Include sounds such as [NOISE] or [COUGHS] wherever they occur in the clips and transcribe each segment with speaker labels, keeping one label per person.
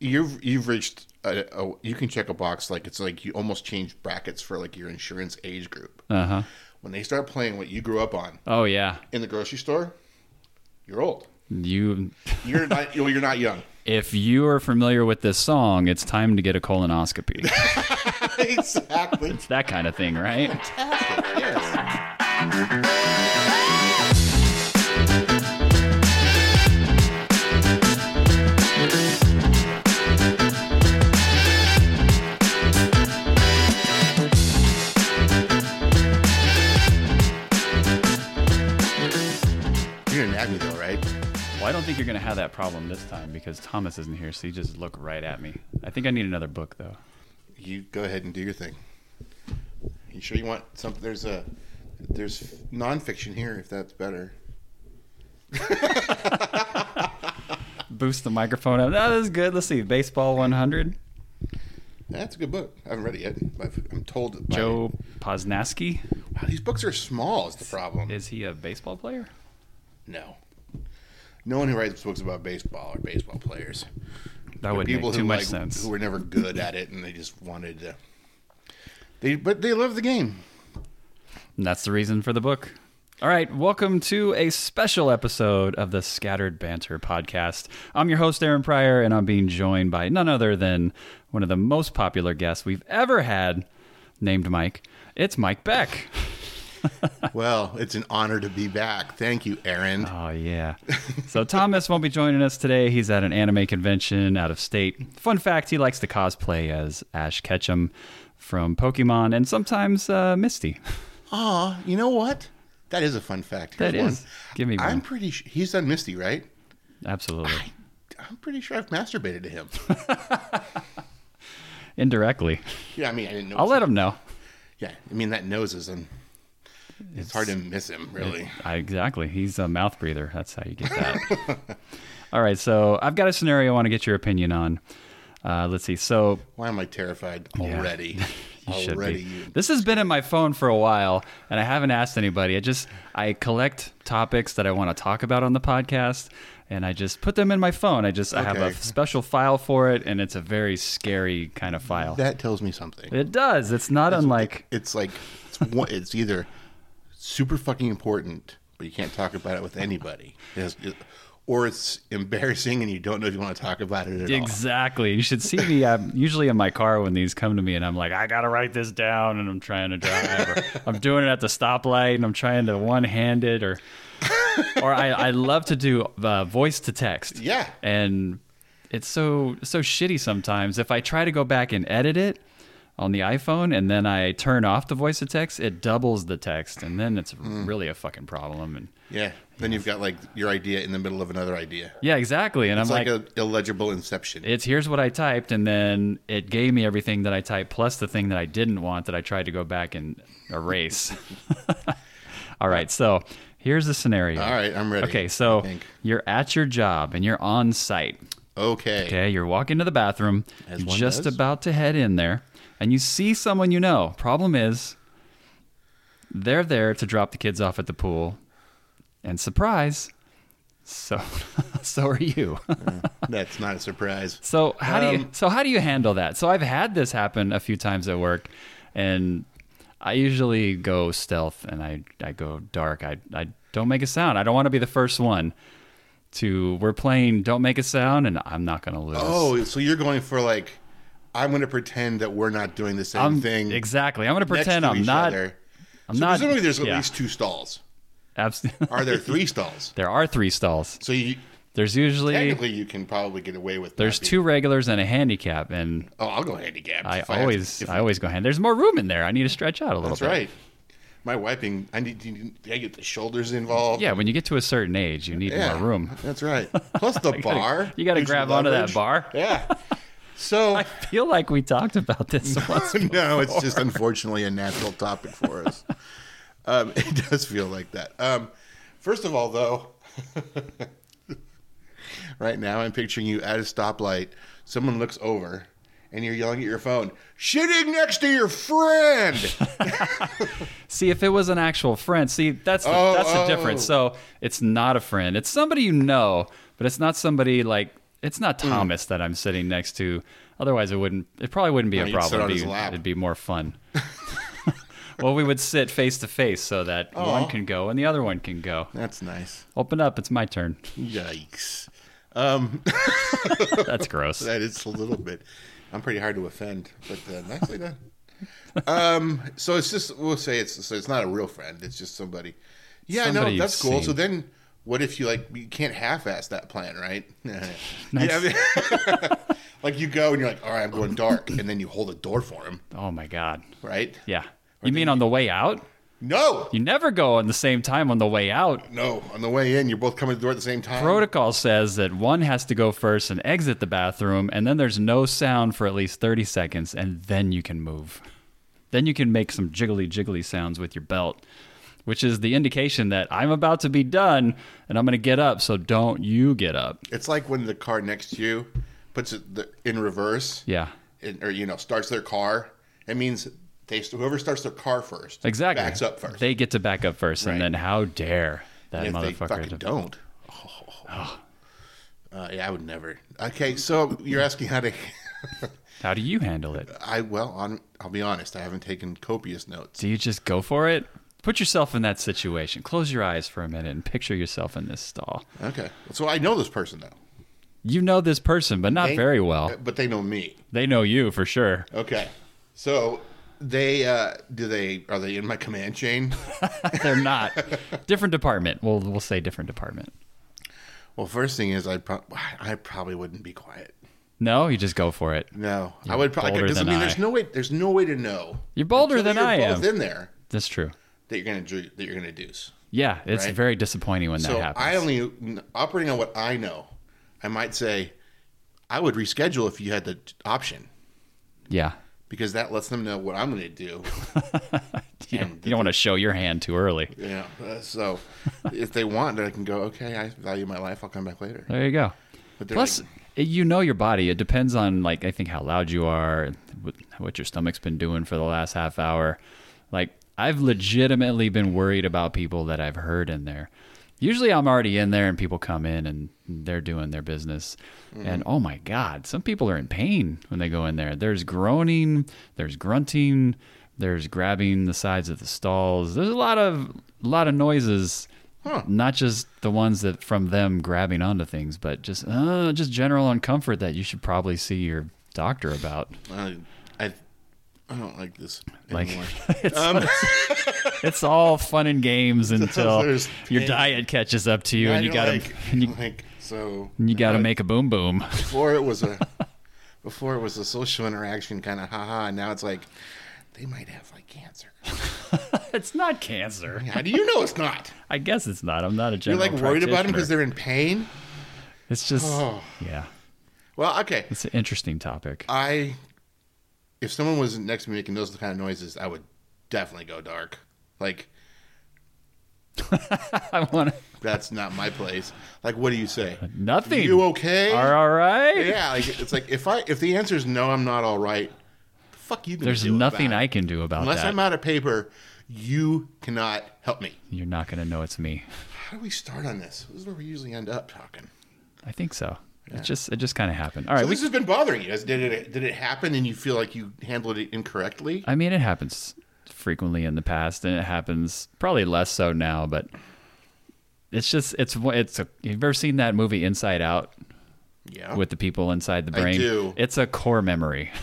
Speaker 1: you've you've reached a, a you can check a box like it's like you almost change brackets for like your insurance age group.
Speaker 2: Uh huh.
Speaker 1: When they start playing what you grew up on
Speaker 2: Oh yeah.
Speaker 1: in the grocery store, you're old.
Speaker 2: You,
Speaker 1: You're not [LAUGHS] you're not young.
Speaker 2: if you are familiar with this song, it's time to get
Speaker 1: [LAUGHS]
Speaker 2: a colonoscopy.
Speaker 1: exactly.
Speaker 2: it's that kind of thing, right?
Speaker 1: Yes. You're gonna nab me though, right?
Speaker 2: Well, I don't think you're going to have that problem this time because Thomas isn't here, so you just look right at me. I think I need another book, though.
Speaker 1: You go ahead and do your thing. You sure you want something? There's a there's nonfiction here if that's better.
Speaker 2: Boost the microphone up. No, this is good. Let's see. Baseball 100.
Speaker 1: That's a good book. I haven't read it yet. but I've- I'm told by-
Speaker 2: Joe Posnaski.
Speaker 1: Wow, these books are small. Is the problem?
Speaker 2: Is he a baseball player?
Speaker 1: no. No one who writes books about baseball are baseball players.
Speaker 2: That would make
Speaker 1: People
Speaker 2: too
Speaker 1: who
Speaker 2: much
Speaker 1: like,
Speaker 2: sense.
Speaker 1: who were never good at it and they just wanted to. They but they love the
Speaker 2: [LAUGHS]
Speaker 1: game.
Speaker 2: And that's the reason for the book. All right, welcome to a special episode of the Scattered Banter podcast. I'm your host, Aaron Pryor, and I'm being joined by none other than one of the most popular guests we've ever had, named Mike. It's Mike Beck.
Speaker 1: well, it's an honor to be back. Thank you, Aaron.
Speaker 2: Oh yeah. So Thomas won't be joining us today. He's at an anime convention out of state. Fun fact: he likes to cosplay as Ash Ketchum from Pokemon, and sometimes uh, Misty.
Speaker 1: Aw, you know what? That is a fun fact.
Speaker 2: That
Speaker 1: Here's one.
Speaker 2: is. Give me
Speaker 1: I'm
Speaker 2: one.
Speaker 1: pretty. Sh- he's done Misty, right?
Speaker 2: Absolutely.
Speaker 1: I'm pretty sure I've masturbated to
Speaker 2: [LAUGHS]
Speaker 1: him.
Speaker 2: Indirectly.
Speaker 1: yeah, I mean, I didn't know.
Speaker 2: I'll let him know.
Speaker 1: Yeah, I mean that nose is. Un- it's, hard to miss him, really.
Speaker 2: I, exactly. He's a mouth breather. That's how you get that. [LAUGHS] All right. So I've got a scenario I want to get your opinion on. Uh, let's see. So
Speaker 1: Why am I terrified already?
Speaker 2: You should
Speaker 1: already,
Speaker 2: be.
Speaker 1: you.
Speaker 2: This has been in my phone for a while, and I haven't asked anybody. I just I collect topics that I want to talk about on the podcast, and I just put them in my phone. I just I have a
Speaker 1: Okay.
Speaker 2: special file for it, and it's a very scary kind of file.
Speaker 1: That tells me something.
Speaker 2: it does. It's not unlike
Speaker 1: It's like it's, one, it's either super fucking important, but you can't talk about it with anybody. It has- it- or it's embarrassing, and you don't know if you want to talk about it at all.
Speaker 2: exactly. You should see me. I'm usually in my car when these come to me, and I'm like, I gotta write this down, and I'm trying to drive.
Speaker 1: [LAUGHS]
Speaker 2: or I'm doing it at the stoplight, and I'm trying to one handed or. or I, I love to do uh, voice to text.
Speaker 1: Yeah.
Speaker 2: and it's so so shitty sometimes if i try to go back and edit it on the iphone and then i turn off the voice to text it doubles the text and then it's
Speaker 1: Mm.
Speaker 2: really a fucking problem and
Speaker 1: Yeah. Then you've got like your idea in the middle of another idea.
Speaker 2: yeah exactly and
Speaker 1: It's
Speaker 2: i'm
Speaker 1: like,
Speaker 2: like,
Speaker 1: a illegible inception.
Speaker 2: it's here's what i typed and then it gave me everything that i typed plus the thing that i didn't want that i tried to go back and erase [LAUGHS] all right so here's the scenario
Speaker 1: all right, I'm ready.
Speaker 2: okay so
Speaker 1: I think.
Speaker 2: you're at your job and you're on site
Speaker 1: okay.
Speaker 2: Okay, you're walking to the bathroom.
Speaker 1: As
Speaker 2: you're
Speaker 1: one
Speaker 2: just
Speaker 1: does.
Speaker 2: about to head in there, and you see someone you know. Problem is, they're there to drop the kids off at the pool, and surprise, so [LAUGHS] so are you. [LAUGHS]
Speaker 1: That's not a surprise.
Speaker 2: so how do
Speaker 1: Um,
Speaker 2: you so how do you handle that? So I've had this happen a few times at work, and I usually go stealth and I I go dark. I I don't make a sound. I don't want to be the first one. To we're playing, don't make a sound, and I'm not gonna lose.
Speaker 1: Oh, so you're going for like, I'm going to pretend that we're not doing the same
Speaker 2: I'm-
Speaker 1: thing.
Speaker 2: Exactly. I'm going to
Speaker 1: next
Speaker 2: pretend
Speaker 1: to
Speaker 2: I'm
Speaker 1: each
Speaker 2: not.
Speaker 1: Other.
Speaker 2: I'm
Speaker 1: so
Speaker 2: not.
Speaker 1: Presumably, there's at
Speaker 2: yeah.
Speaker 1: least two stalls.
Speaker 2: Abs- [LAUGHS]
Speaker 1: Are there three stalls?
Speaker 2: there are three stalls.
Speaker 1: So you
Speaker 2: There's usually
Speaker 1: technically you can probably get away with.
Speaker 2: there's
Speaker 1: not
Speaker 2: two regulars and a handicap, and
Speaker 1: being- Oh, I'll go handicapped.
Speaker 2: I
Speaker 1: if have to-
Speaker 2: always
Speaker 1: if-
Speaker 2: I always go hand. There's more room in there. I need to stretch out a little.
Speaker 1: that's
Speaker 2: bit.
Speaker 1: right. My wiping. I need. to- I get the shoulders involved.
Speaker 2: Yeah, when you get to a certain age, you need
Speaker 1: Yeah,
Speaker 2: more room. [LAUGHS]
Speaker 1: That's right. Plus the bar.
Speaker 2: you gotta
Speaker 1: gives
Speaker 2: grab onto that
Speaker 1: leverage.
Speaker 2: bar.
Speaker 1: Yeah. So
Speaker 2: [LAUGHS] I feel like we talked
Speaker 1: [LAUGHS]
Speaker 2: about this once.
Speaker 1: no, it's just unfortunately a natural topic for us. um, [LAUGHS] it does feel like that. Um, first of all, though, [LAUGHS] right now I'm picturing you at a stoplight. Someone looks over, and you're yelling at your phone, "Shitting next to your friend." [LAUGHS]
Speaker 2: See, if it was an actual friend, see that's the,
Speaker 1: Oh,
Speaker 2: that's the
Speaker 1: oh.
Speaker 2: difference. So it's not a friend. It's somebody you know, but it's not somebody like It's not
Speaker 1: Hmm.
Speaker 2: Thomas that I'm sitting next to. Otherwise, it wouldn't. It probably wouldn't be
Speaker 1: No,
Speaker 2: a
Speaker 1: Oh, you'd sit
Speaker 2: problem.
Speaker 1: on
Speaker 2: It'd
Speaker 1: his
Speaker 2: be,
Speaker 1: lap.
Speaker 2: it'd be
Speaker 1: [LAUGHS]
Speaker 2: more fun. [LAUGHS] well, we would sit face to face so that one can go and the other one can go.
Speaker 1: That's nice.
Speaker 2: Open up. It's
Speaker 1: [LAUGHS]
Speaker 2: my turn.
Speaker 1: Yikes.
Speaker 2: That's gross.
Speaker 1: [LAUGHS] That is a little bit. I'm pretty hard to offend, but uh, nicely done. Um, so it's just we'll say it's so it's not a real friend. It's just somebody. Yeah,
Speaker 2: Somebody
Speaker 1: no,
Speaker 2: you've
Speaker 1: that's cool. So
Speaker 2: seen.
Speaker 1: then, what if you like you can't half-ass that plan, right? [LAUGHS] Yeah, I mean- [LAUGHS] like you go and you're like, all right, I'm going dark, and then you hold a door for him,
Speaker 2: oh my god.
Speaker 1: right?
Speaker 2: Yeah. You mean on the way out?
Speaker 1: No,
Speaker 2: You never go on the same time on the way out.
Speaker 1: no. On the way in, you're both coming to the door at the same time.
Speaker 2: Protocol says that one has to go first and exit the bathroom, and then there's no sound for at least 30 seconds, and then you can move. Then you can make some jiggly jiggly sounds with your belt, which is the indication that I'm about to be done and I'm going to get up, so don't you get up.
Speaker 1: it's like when the car next to you puts it the, in reverse.
Speaker 2: Yeah.
Speaker 1: and, or you know starts their car, it means they whoever starts their car first
Speaker 2: Exactly.
Speaker 1: backs up first.
Speaker 2: They get to back up first,
Speaker 1: Right.
Speaker 2: and then how dare that
Speaker 1: And if they
Speaker 2: motherfucker
Speaker 1: fucking
Speaker 2: to [SIGHS]
Speaker 1: don't, Uh, yeah, I would never. Okay, so you're asking how to? [LAUGHS]
Speaker 2: How do you handle it?
Speaker 1: I well, on I'll be honest, I haven't taken copious notes.
Speaker 2: Do you just go for it? Put yourself in that situation. Close your eyes for a minute and picture yourself in this stall.
Speaker 1: Okay, so I know this person though.
Speaker 2: You know this person, but not
Speaker 1: They-
Speaker 2: very well.
Speaker 1: but they know me.
Speaker 2: They know you for sure. [LAUGHS]
Speaker 1: Okay, so they uh, do they are they in my command
Speaker 2: [LAUGHS]
Speaker 1: chain?
Speaker 2: They're not. different department. We'll we'll say different department.
Speaker 1: well, first thing is I pro- I probably wouldn't be quiet.
Speaker 2: No, you just go for it.
Speaker 1: No, I would probably
Speaker 2: bolder
Speaker 1: because I
Speaker 2: than
Speaker 1: mean,
Speaker 2: I.
Speaker 1: there's no way there's no way to know.
Speaker 2: You're bolder
Speaker 1: until
Speaker 2: than
Speaker 1: you're
Speaker 2: I am.
Speaker 1: Both in there
Speaker 2: That's true.
Speaker 1: that you're gonna do, that you're gonna deuce.
Speaker 2: Yeah, it's
Speaker 1: Right?
Speaker 2: very disappointing when
Speaker 1: So
Speaker 2: that happens.
Speaker 1: I only operating on what I know. I might say I would reschedule if you had the option
Speaker 2: yeah.
Speaker 1: [LAUGHS] because that lets them know what I'm gonna do.
Speaker 2: You
Speaker 1: And
Speaker 2: don't, you don't want to show your hand too early.
Speaker 1: You know, uh,
Speaker 2: [LAUGHS]
Speaker 1: so if they want, I can go. Okay, I value my life. I'll come back later.
Speaker 2: There you go.
Speaker 1: But they're
Speaker 2: Plus,
Speaker 1: like-
Speaker 2: it- you know your body. It depends on like I think how loud you are, what- what your stomach's been doing for the last half hour. Like I've legitimately been worried about people that I've heard in there. Usually I'm already in there and people come in and they're doing their business.
Speaker 1: Mm-hmm.
Speaker 2: And oh my god, some people are in pain when they go in there. There's groaning, there's grunting, there's grabbing the sides of the stalls. There's a lot of a lot of noises not just the ones that from them grabbing onto things, but just uh, just general uncomfort that you should probably see your
Speaker 1: [LAUGHS]
Speaker 2: doctor about.
Speaker 1: I, "Uh, I, I don't like this
Speaker 2: Like [LAUGHS]
Speaker 1: anymore.
Speaker 2: it's, it's- it's all fun and games until
Speaker 1: There's
Speaker 2: your
Speaker 1: pain.
Speaker 2: diet catches up to you,
Speaker 1: I
Speaker 2: and you
Speaker 1: don't
Speaker 2: got to
Speaker 1: like,
Speaker 2: and you,
Speaker 1: like so.
Speaker 2: and you got to
Speaker 1: Now-
Speaker 2: make a
Speaker 1: [LAUGHS]
Speaker 2: boom boom. [LAUGHS]
Speaker 1: before it was a before it was a social interaction kind of haha and now it's like they might have like cancer
Speaker 2: it's not cancer.
Speaker 1: how do you know it's
Speaker 2: [LAUGHS]
Speaker 1: not
Speaker 2: I guess it's not. I'm not a
Speaker 1: you're
Speaker 2: general.
Speaker 1: like worried about them because
Speaker 2: practitioner.
Speaker 1: they're in pain
Speaker 2: It's just
Speaker 1: Oh.
Speaker 2: yeah.
Speaker 1: well okay
Speaker 2: It's an interesting topic. [LAUGHS]
Speaker 1: i if someone was next to me making those kind of noises i would definitely go dark like
Speaker 2: I want to
Speaker 1: that's not my place like what do you
Speaker 2: [LAUGHS]
Speaker 1: say
Speaker 2: nothing.
Speaker 1: you okay
Speaker 2: Are all right.
Speaker 1: yeah like it's like if i if the answer is no i'm not all right the fuck you gonna
Speaker 2: There's
Speaker 1: do about
Speaker 2: nothing
Speaker 1: it?
Speaker 2: I can do about
Speaker 1: unless
Speaker 2: that.
Speaker 1: i'm out of paper you cannot help me
Speaker 2: You're not going to know it's me.
Speaker 1: How do we start on this? This is where we usually end up talking.
Speaker 2: I think so. It just it just kind of happened. All right.
Speaker 1: So
Speaker 2: we,
Speaker 1: this has been bothering you. Did it did it happen and you feel like you handled it incorrectly?
Speaker 2: I mean, it happens frequently in the past, and it happens probably less so now. But it's just it's one- it's a. You've ever seen that movie Inside Out
Speaker 1: Yeah.
Speaker 2: with the people inside the
Speaker 1: I
Speaker 2: brain?
Speaker 1: do.
Speaker 2: It's a core memory. [LAUGHS]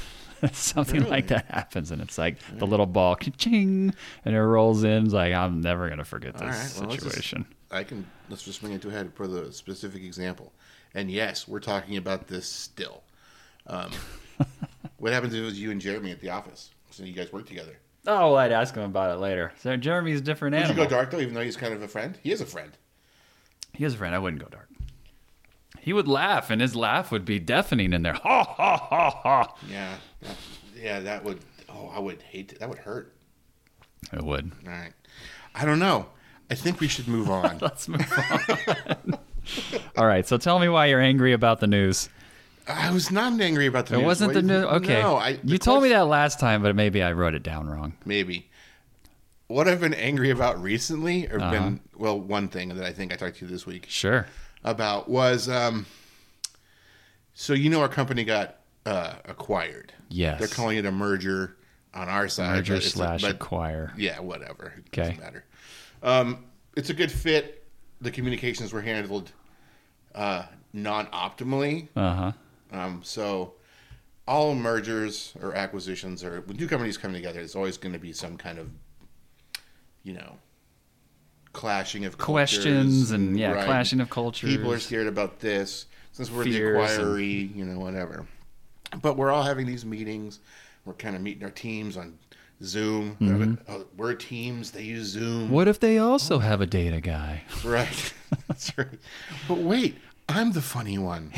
Speaker 2: Something like that happens, and it's like the little ball, ching, and it rolls in. It's like I'm never gonna forget this
Speaker 1: All right, well, let's just-
Speaker 2: situation.
Speaker 1: I can let's just bring it to a head for the specific example. And yes, we're talking about this still.
Speaker 2: [LAUGHS]
Speaker 1: Um, what happens if it was you and Jeremy at the office? So you guys work together.
Speaker 2: Oh, well, I'd ask him about it later. So Jeremy's a different
Speaker 1: Did you
Speaker 2: animal.
Speaker 1: go dark though, even though he's kind of a friend? He is a friend.
Speaker 2: He has a friend. I wouldn't go dark. He would laugh, and his laugh would be deafening in there. Ha ha ha ha.
Speaker 1: Yeah. That- Yeah, that would oh, I would hate to, that would hurt.
Speaker 2: It would.
Speaker 1: All right. I don't know. I think we should move on.
Speaker 2: [LAUGHS] Let's move on. All right. So tell me why you're angry about the news.
Speaker 1: I was not angry about the
Speaker 2: It
Speaker 1: news.
Speaker 2: wasn't
Speaker 1: What
Speaker 2: the
Speaker 1: do you
Speaker 2: news.
Speaker 1: think?
Speaker 2: Okay.
Speaker 1: No, I,
Speaker 2: you told me that last time, but maybe I wrote it down wrong.
Speaker 1: Maybe. What I've been angry about recently, or been,
Speaker 2: Uh-huh.
Speaker 1: well, one thing that I think I talked to you this week
Speaker 2: Sure.
Speaker 1: about was um, So you know our company got uh, acquired.
Speaker 2: Yes.
Speaker 1: They're calling it a merger on our side.
Speaker 2: Merger
Speaker 1: but it's a-
Speaker 2: slash
Speaker 1: but-
Speaker 2: acquire.
Speaker 1: Yeah, whatever. It
Speaker 2: Okay.
Speaker 1: doesn't matter. Um, it's a good fit. The communications were handled uh, non optimally.
Speaker 2: Uh huh.
Speaker 1: Um, so all mergers or acquisitions or when two companies come together, there's always going to be some kind of, you know, clashing of cultures
Speaker 2: Questions and yeah,
Speaker 1: right.
Speaker 2: clashing of cultures.
Speaker 1: People are scared about this since we're the
Speaker 2: Fears and-
Speaker 1: inquiry, you know, whatever. But we're all having these meetings. We're kind of meeting our teams on Zoom. Oh, we're teams. They use Zoom.
Speaker 2: Mm-hmm. What if they also have a data guy?
Speaker 1: [LAUGHS] Right. That's right. But wait, I'm the funny one.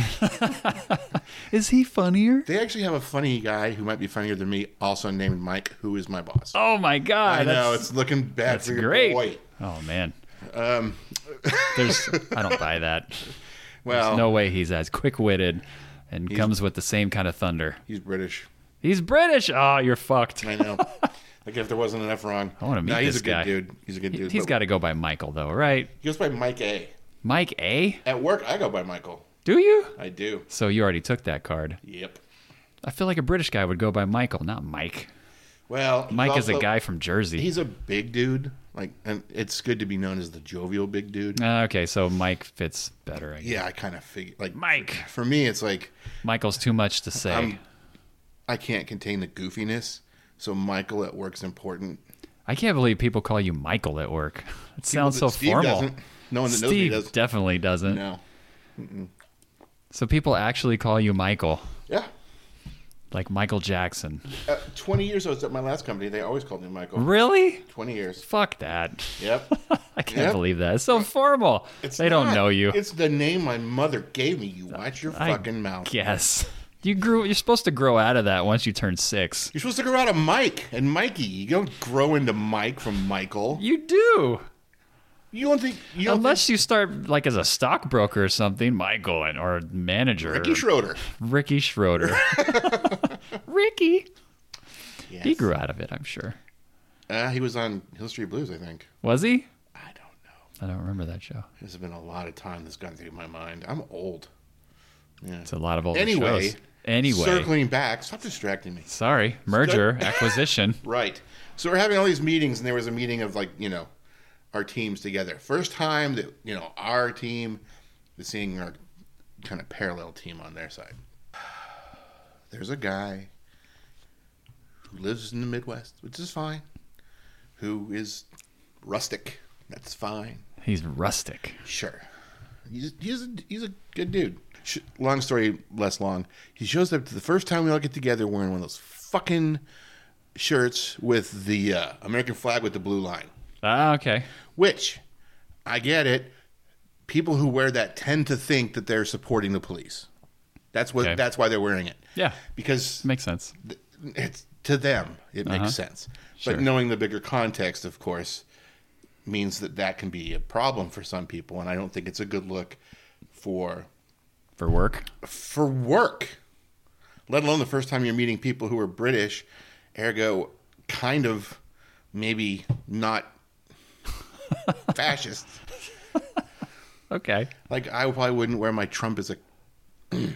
Speaker 2: Is he funnier?
Speaker 1: They actually have a funny guy who might be funnier than me, also named Mike, who is my boss.
Speaker 2: Oh my god!
Speaker 1: I know
Speaker 2: that's-
Speaker 1: it's looking bad
Speaker 2: That's
Speaker 1: for your
Speaker 2: great.
Speaker 1: boy.
Speaker 2: Oh man.
Speaker 1: Um, [LAUGHS]
Speaker 2: There's I don't buy that.
Speaker 1: Well,
Speaker 2: No way he's as quick witted and comes with the same kind of thunder.
Speaker 1: he's British.
Speaker 2: He's British. Oh, you're fucked.
Speaker 1: I
Speaker 2: [LAUGHS]
Speaker 1: know. like if there wasn't enough wrong.
Speaker 2: I wanna meet
Speaker 1: no, he's
Speaker 2: this
Speaker 1: a good
Speaker 2: guy.
Speaker 1: dude. He's a good dude.
Speaker 2: He's
Speaker 1: but
Speaker 2: got to go by Michael though, right?
Speaker 1: He goes by Mike A.
Speaker 2: Mike A?
Speaker 1: At work, I go by Michael.
Speaker 2: Do you?
Speaker 1: I do.
Speaker 2: So you already took that card.
Speaker 1: Yep.
Speaker 2: I feel like a British guy would go by Michael, not Mike.
Speaker 1: Well, he's
Speaker 2: Mike is a
Speaker 1: also-
Speaker 2: guy from Jersey.
Speaker 1: He's a big dude. Like, and it's good to be known as the jovial big dude.
Speaker 2: Ah, okay, so Mike fits better. I guess.
Speaker 1: Yeah, I kind of figure. Like,
Speaker 2: Mike.
Speaker 1: for me, it's like
Speaker 2: Michael's too much to say.
Speaker 1: I'm- I can't contain the goofiness. So Michael at work's important.
Speaker 2: I can't believe people call you Michael at work. It sounds so
Speaker 1: Steve
Speaker 2: formal.
Speaker 1: Doesn't. No one that knows me
Speaker 2: Steve
Speaker 1: does.
Speaker 2: definitely doesn't.
Speaker 1: No.
Speaker 2: So people actually call you Michael,
Speaker 1: Yeah.
Speaker 2: like Michael Jackson.
Speaker 1: Uh, 20 years I was at my last company. They always called me
Speaker 2: Mm-hmm.
Speaker 1: Michael.
Speaker 2: Really?
Speaker 1: 20 years.
Speaker 2: Fuck that. [LAUGHS]
Speaker 1: Yep.
Speaker 2: I can't
Speaker 1: Yep.
Speaker 2: believe that. It's so formal.
Speaker 1: It's
Speaker 2: they don't
Speaker 1: not-
Speaker 2: know you.
Speaker 1: It's the name my mother gave me. You watch your
Speaker 2: I
Speaker 1: fucking mouth.
Speaker 2: Yes. You grew you're supposed to grow out of that once you turn 6.
Speaker 1: You're supposed to grow out of Mike and Mikey. You don't grow into Mike from Michael.
Speaker 2: You do.
Speaker 1: You don't think. You don't
Speaker 2: Unless you start like as a stockbroker or something, Michael and or manager
Speaker 1: think Ricky Schroeder.
Speaker 2: Ricky [LAUGHS] Schroeder. Ricky.
Speaker 1: Yes.
Speaker 2: He grew out of it, I'm sure.
Speaker 1: Uh, he was on Hill Street Blues, I think.
Speaker 2: Was he?
Speaker 1: I don't know.
Speaker 2: I don't remember that show.
Speaker 1: There's been a lot of time that's gone through my mind. I'm old.
Speaker 2: It's a lot of old
Speaker 1: Anyway.
Speaker 2: shows. Anyway.
Speaker 1: Circling back. Stop distracting me.
Speaker 2: Sorry. Merger, acquisition.
Speaker 1: Right. So we're having all these meetings, and there was a meeting of like you know our teams together. First time that you know our team is seeing our kind of parallel team on their side. There's a guy who lives in the Midwest, which is fine. Who is rustic? That's fine.
Speaker 2: He's rustic.
Speaker 1: Sure. He's, he's, a, he's a good dude. Sh- Long story less long. He shows up to the first time we all get together wearing one of those fucking shirts with the uh, American flag with the blue line,
Speaker 2: Ah, okay.
Speaker 1: which I get it. People who wear that tend to think that they're supporting the police. That's what.
Speaker 2: Okay.
Speaker 1: That's why they're wearing it.
Speaker 2: Yeah.
Speaker 1: Because
Speaker 2: Makes sense.
Speaker 1: th- it's to them it makes sense
Speaker 2: Sure.
Speaker 1: but knowing the bigger context of course means that that can be a problem for some people and i don't think it's a good look for
Speaker 2: For work.
Speaker 1: for work let alone the first time you're meeting people who are british ergo kind of maybe not fascist
Speaker 2: Okay.
Speaker 1: like i probably wouldn't wear my trump as a [CLEARS THROAT] that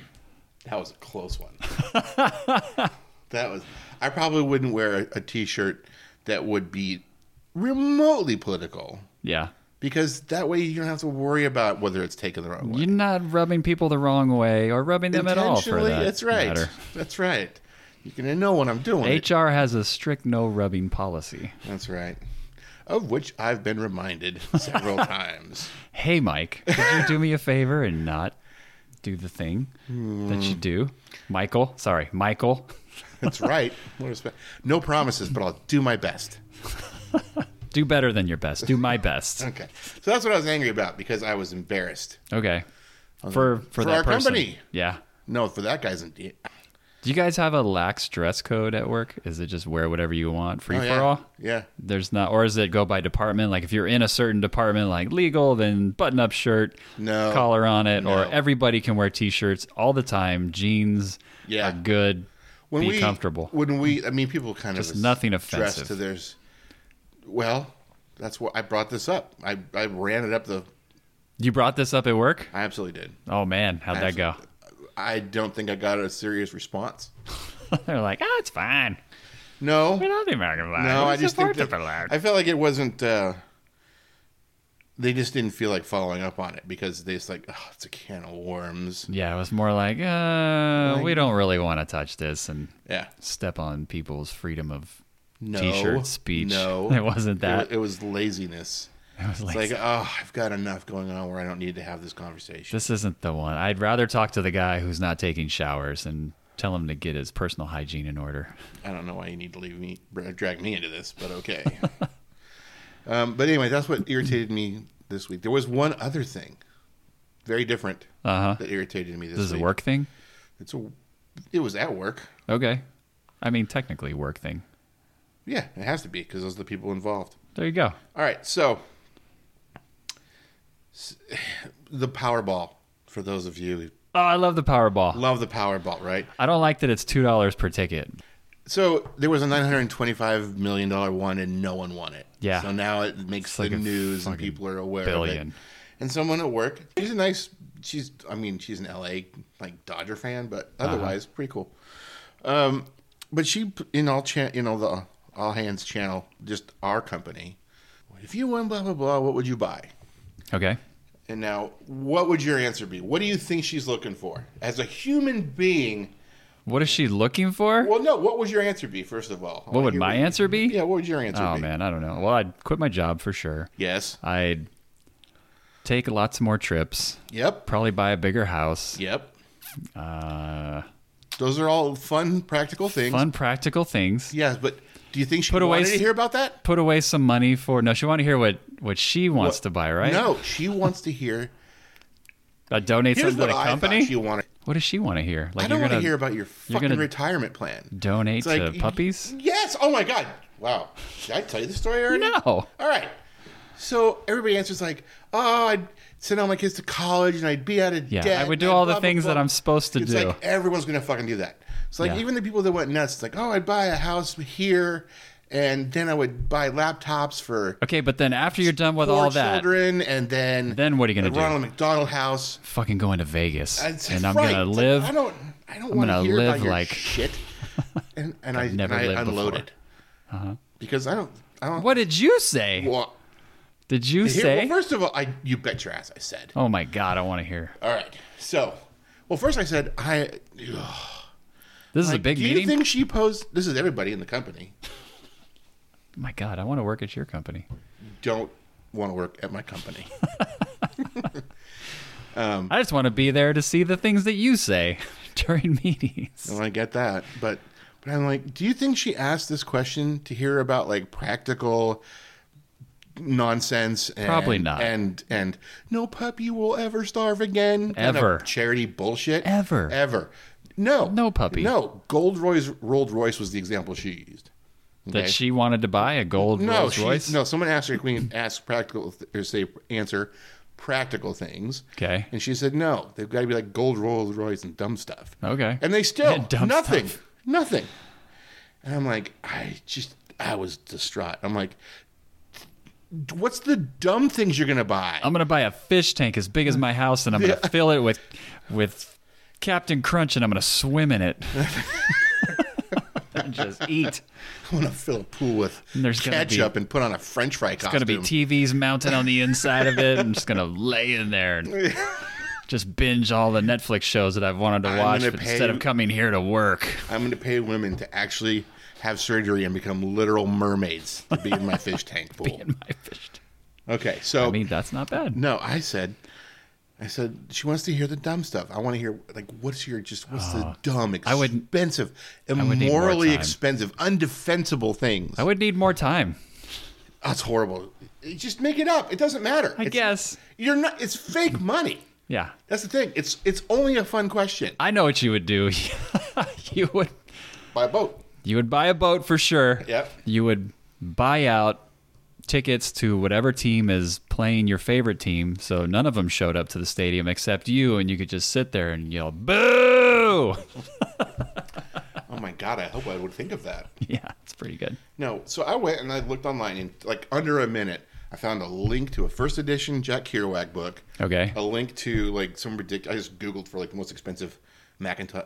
Speaker 1: was a close one [LAUGHS] that was i probably wouldn't wear a, a t-shirt that would be remotely political
Speaker 2: Yeah.
Speaker 1: because that way you don't have to worry about whether it's taken the wrong way
Speaker 2: You're not rubbing people the wrong way or rubbing them at all for that
Speaker 1: that's right
Speaker 2: matter.
Speaker 1: that's right you're gonna know what i'm doing
Speaker 2: HR has a strict no rubbing policy.
Speaker 1: that's right of which i've been reminded
Speaker 2: [LAUGHS]
Speaker 1: several times
Speaker 2: Hey, Mike, could you do me a favor and not do the thing that you do? Michael, sorry, Michael.
Speaker 1: that's right What is- no promises but i'll do my best
Speaker 2: Do better than your best. Do my best.
Speaker 1: okay so that's what i was angry about because i was embarrassed
Speaker 2: Okay. For for,
Speaker 1: For
Speaker 2: that
Speaker 1: our
Speaker 2: person.
Speaker 1: company.
Speaker 2: Yeah.
Speaker 1: No, for that guy's. Yeah.
Speaker 2: Do you guys have a lax dress code at work? Is it just wear whatever you want, free
Speaker 1: Oh,
Speaker 2: for
Speaker 1: yeah.
Speaker 2: all?
Speaker 1: yeah.
Speaker 2: There's not, or is it go by department? Like if you're in a certain department, like legal, then button up shirt,
Speaker 1: No.
Speaker 2: collar on it, or
Speaker 1: No.
Speaker 2: everybody can wear t-shirts all the time. Jeans
Speaker 1: Yeah.
Speaker 2: are good.
Speaker 1: When
Speaker 2: Be
Speaker 1: we,
Speaker 2: comfortable.
Speaker 1: When we, I mean, people kind of
Speaker 2: Just nothing
Speaker 1: dress
Speaker 2: offensive.
Speaker 1: To theirs. Well, that's what I brought this up. I I ran it up the.
Speaker 2: You brought this up at work?
Speaker 1: I absolutely did. [LAUGHS]
Speaker 2: Oh man, how'd that go?
Speaker 1: I don't think I got a serious response.
Speaker 2: They're like, oh, it's fine.
Speaker 1: No,
Speaker 2: We love the American flag.
Speaker 1: no,
Speaker 2: we
Speaker 1: I just think
Speaker 2: support the
Speaker 1: that,
Speaker 2: flag.
Speaker 1: I felt like it wasn't. Uh, they just didn't feel like following up on it because they just like, oh, it's a can of worms.
Speaker 2: yeah, it was more like, uh, we don't really want to touch this and
Speaker 1: Yeah,
Speaker 2: step on people's freedom of [LAUGHS]
Speaker 1: no
Speaker 2: t-shirt speech.
Speaker 1: No,
Speaker 2: [LAUGHS] it wasn't
Speaker 1: It wa-
Speaker 2: that.
Speaker 1: It, was laziness.
Speaker 2: It was
Speaker 1: It's
Speaker 2: like,
Speaker 1: like, oh, I've got enough going on where I don't need to have this conversation.
Speaker 2: this isn't the one. I'd rather talk to the guy who's not taking showers and tell him to get his personal hygiene in order.
Speaker 1: I don't know why you need to leave me, drag me into this, but
Speaker 2: [LAUGHS]
Speaker 1: okay. um, but anyway, that's what irritated me this week. There was one other thing, very different,
Speaker 2: Uh huh.
Speaker 1: that irritated me this,
Speaker 2: This is a
Speaker 1: week.
Speaker 2: work thing.
Speaker 1: It's a, it was at work.
Speaker 2: Okay. I mean, technically, work thing.
Speaker 1: Yeah, it has to be because those are the people involved.
Speaker 2: There you go.
Speaker 1: All right, so s- [SIGHS] the Powerball. For those of you who
Speaker 2: Oh, I love the Powerball.
Speaker 1: love the Powerball, right?
Speaker 2: I don't like that it's two dollars per ticket.
Speaker 1: So there was a nine hundred twenty-five million dollar one, and no one won it.
Speaker 2: Yeah.
Speaker 1: So now it makes
Speaker 2: like
Speaker 1: the
Speaker 2: a
Speaker 1: news, and
Speaker 2: fucking
Speaker 1: people are aware of
Speaker 2: billion.
Speaker 1: it. And someone at work, she's a nice. She's, I mean, she's an LA like Dodger fan, but
Speaker 2: Uh-huh.
Speaker 1: otherwise pretty cool. Um, but she p- in all chan, you know the all hands channel, just our company. If you won blah blah blah, what would you buy?
Speaker 2: Okay.
Speaker 1: And now, what would your answer be? What do you think she's looking for? As a human being,
Speaker 2: What is she looking for?
Speaker 1: well, no, what would your answer be, first of all?
Speaker 2: What would my answer be?
Speaker 1: Yeah, what would your answer
Speaker 2: Oh
Speaker 1: be?
Speaker 2: man, I don't know. Well, I'd quit my job for sure.
Speaker 1: Yes.
Speaker 2: I'd take lots more trips.
Speaker 1: Yep.
Speaker 2: Probably buy a bigger house.
Speaker 1: Yep.
Speaker 2: Uh,
Speaker 1: Those are all fun, practical things.
Speaker 2: fun practical things.
Speaker 1: Yes, but do you think she
Speaker 2: Put away
Speaker 1: wanted
Speaker 2: s-
Speaker 1: to hear about that?
Speaker 2: Put away some money for. No, she want to hear what what she wants to buy, right?
Speaker 1: No, she wants to
Speaker 2: [LAUGHS]
Speaker 1: hear.
Speaker 2: Uh, donate
Speaker 1: Here's
Speaker 2: something to
Speaker 1: what
Speaker 2: the
Speaker 1: I
Speaker 2: company.
Speaker 1: thought she wanted.
Speaker 2: What does she want to hear? Like
Speaker 1: I don't
Speaker 2: you're
Speaker 1: want
Speaker 2: gonna
Speaker 1: to hear about your fucking
Speaker 2: gonna-
Speaker 1: retirement plan.
Speaker 2: donate
Speaker 1: It's
Speaker 2: to
Speaker 1: like- [LAUGHS]
Speaker 2: puppies?
Speaker 1: Yes. Oh my god. Wow. Did I tell you the story already?
Speaker 2: No.
Speaker 1: All right. So everybody answers like, "Oh, I'd send all my kids to college and I'd be out of
Speaker 2: Yeah,
Speaker 1: debt."
Speaker 2: I would do
Speaker 1: and
Speaker 2: all the
Speaker 1: blah, blah,
Speaker 2: things
Speaker 1: blah."
Speaker 2: that I'm supposed to
Speaker 1: it's
Speaker 2: do.
Speaker 1: like everyone's gonna fucking do that. It's like
Speaker 2: Yeah.
Speaker 1: even the people that went nuts, it's like, "Oh, I'd buy a house here, and then I would buy laptops for
Speaker 2: Okay, but then after you're done with
Speaker 1: poor
Speaker 2: all that,
Speaker 1: children, and then
Speaker 2: Then what are you gonna
Speaker 1: the
Speaker 2: do?
Speaker 1: Ronald McDonald House."
Speaker 2: fucking going to Vegas,
Speaker 1: And it's
Speaker 2: and I'm
Speaker 1: right.
Speaker 2: gonna
Speaker 1: It's like,
Speaker 2: live.
Speaker 1: I don't. I don't want to
Speaker 2: gonna
Speaker 1: hear
Speaker 2: live
Speaker 1: about your
Speaker 2: like- [LAUGHS]
Speaker 1: shit. And and I and
Speaker 2: never
Speaker 1: I
Speaker 2: lived before. Uh-huh.
Speaker 1: unloaded because I don't. I don't.
Speaker 2: [LAUGHS] what did you say?
Speaker 1: Well,
Speaker 2: Did you
Speaker 1: here-
Speaker 2: say?
Speaker 1: well, first of all, I you bet your ass I said.
Speaker 2: oh my god, I want to hear.
Speaker 1: All right. So, well, first I said I. ugh.
Speaker 2: This is a big
Speaker 1: do
Speaker 2: meeting.
Speaker 1: you think she posed? This is everybody in the company.
Speaker 2: my god, I want to work at your company.
Speaker 1: Don't want to work at my
Speaker 2: [LAUGHS]
Speaker 1: company.
Speaker 2: I just want to be there to see the things that you say [LAUGHS] during meetings.
Speaker 1: well, I get that, but but I'm like, do you think she asked this question to hear about like practical nonsense? And,
Speaker 2: Probably not.
Speaker 1: And and no puppy will ever starve again. kind of
Speaker 2: Ever.
Speaker 1: charity bullshit.
Speaker 2: Ever.
Speaker 1: Ever. No.
Speaker 2: No puppy.
Speaker 1: No. Gold Royce Rolls Royce was the example she used.
Speaker 2: That she wanted to buy a gold
Speaker 1: No,
Speaker 2: Rolls
Speaker 1: she,
Speaker 2: Royce.
Speaker 1: no. Someone asked her queen ask practical th- or say answer practical things.
Speaker 2: Okay.
Speaker 1: and she said no. They've got to be like gold Rolls Royce and dumb stuff.
Speaker 2: Okay.
Speaker 1: and they still
Speaker 2: And [LAUGHS] dumb
Speaker 1: nothing, nothing. And I'm like, I just I was distraught. I'm like, what's the dumb things you're gonna buy? [LAUGHS]
Speaker 2: I'm gonna buy a fish tank as big as my house, and I'm gonna fill it with with Captain Crunch, and I'm gonna swim
Speaker 1: [LAUGHS]
Speaker 2: in it. and just eat.
Speaker 1: I want to fill a pool with
Speaker 2: And there's gonna be-
Speaker 1: ketchup and put on a French fry costume.
Speaker 2: It's gonna be TVs mounted on the inside of it. I'm just gonna lay in
Speaker 1: [LAUGHS]
Speaker 2: there and just binge all the Netflix shows that I've wanted to
Speaker 1: I'm
Speaker 2: watch,
Speaker 1: gonna
Speaker 2: but
Speaker 1: pay-
Speaker 2: instead of coming here to work. [LAUGHS]
Speaker 1: I'm going to pay women to actually have surgery and become literal mermaids to be in my fish tank
Speaker 2: [LAUGHS]
Speaker 1: pool.
Speaker 2: In my fish. tank.
Speaker 1: Okay, so
Speaker 2: I mean, that's not bad.
Speaker 1: No, I said, I said she wants to hear the dumb stuff. I want to hear like what's your just what's the dumb,
Speaker 2: Ah. would-
Speaker 1: expensive,
Speaker 2: would need more
Speaker 1: immorally
Speaker 2: time.
Speaker 1: expensive, undefensible things.
Speaker 2: I would need more time.
Speaker 1: That's horrible. Just make it up. It doesn't matter.
Speaker 2: I
Speaker 1: It's-
Speaker 2: guess.
Speaker 1: you're not. It's fake money.
Speaker 2: Yeah,
Speaker 1: That's the thing. It's it's only a fun question
Speaker 2: I know what you would do. [LAUGHS] you would
Speaker 1: by boat.
Speaker 2: you would buy a boat for sure.
Speaker 1: Yep.
Speaker 2: You would buy out tickets to whatever team is playing your favorite team, so none of them showed up to the stadium except you, and you could just sit there and yell "boo." [LAUGHS]
Speaker 1: Oh my god! I hope I would think of that.
Speaker 2: yeah, it's pretty good.
Speaker 1: No, so I went and I looked online, and like under a minute, I found a link to a first edition Jack Kerouac book.
Speaker 2: Okay.
Speaker 1: Oh. A link to like some ridiculous. I just googled for like the most expensive Macintosh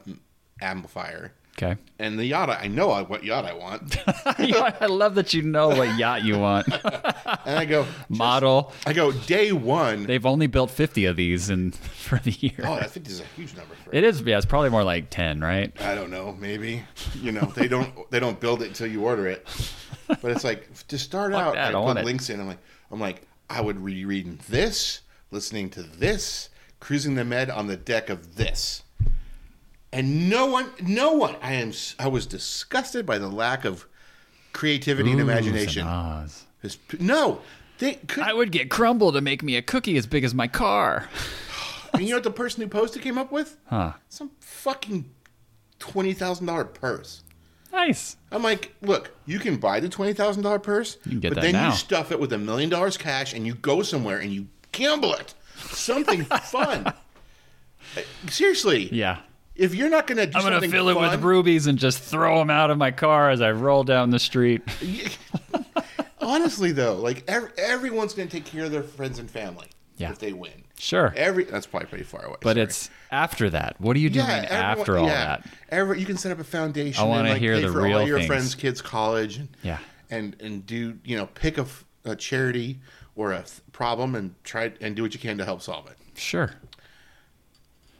Speaker 1: amplifier.
Speaker 2: Okay. [LAUGHS]
Speaker 1: And the yacht, I know I- what yacht I want.
Speaker 2: I love that you know what yacht
Speaker 1: [LAUGHS]
Speaker 2: you want.
Speaker 1: And I go,
Speaker 2: Model.
Speaker 1: I go day one.
Speaker 2: They've only built 50 of these in [LAUGHS] for the year.
Speaker 1: oh, I think this is a huge number for.
Speaker 2: It is, yeah, it's probably more like 10, right?
Speaker 1: I don't know, maybe you know they don't
Speaker 2: [LAUGHS]
Speaker 1: they don't build it until you order it. But it's like to start out,
Speaker 2: that, I
Speaker 1: I
Speaker 2: want
Speaker 1: put
Speaker 2: it.
Speaker 1: links in. I'm like, I'm like, I would be reading this, listening to this, cruising the Med on the deck of this, and no one, no one. I am, s- I was disgusted by the lack of creativity and imagination.
Speaker 2: Oz.
Speaker 1: This- No, they could.
Speaker 2: I would get Crumble to make me a cookie as big as my car.
Speaker 1: and you know what the person who posted came up with?
Speaker 2: Huh.
Speaker 1: Some fucking twenty thousand dollar purse.
Speaker 2: Nice.
Speaker 1: I'm like, look, you can buy the twenty thousand dollar purse,
Speaker 2: can get
Speaker 1: but
Speaker 2: that
Speaker 1: then
Speaker 2: now.
Speaker 1: you stuff it with a million dollars cash and you go somewhere and you gamble it.
Speaker 2: [LAUGHS]
Speaker 1: Something fun. Uh, Seriously,
Speaker 2: Yeah.
Speaker 1: if you're not gonna do
Speaker 2: I'm going to
Speaker 1: something
Speaker 2: fill it
Speaker 1: [LAUGHS]
Speaker 2: with
Speaker 1: fun-
Speaker 2: rubies and just throw them out of my car as I roll down the street.
Speaker 1: honestly though, like ev- everyone's gonna take care of their friends and family
Speaker 2: Yeah.
Speaker 1: if they win.
Speaker 2: Sure.
Speaker 1: Every that's probably pretty far away.
Speaker 2: But it's after that. What are you doing after all that?
Speaker 1: Every, you can set up a foundation.
Speaker 2: I wanna
Speaker 1: and, like,
Speaker 2: hear
Speaker 1: pay
Speaker 2: the
Speaker 1: for
Speaker 2: real
Speaker 1: all your
Speaker 2: things.
Speaker 1: friends' kids' college. And,
Speaker 2: Yeah.
Speaker 1: and and do you know pick a, f- a charity or a th- problem and try and do what you can to help solve it.
Speaker 2: Sure.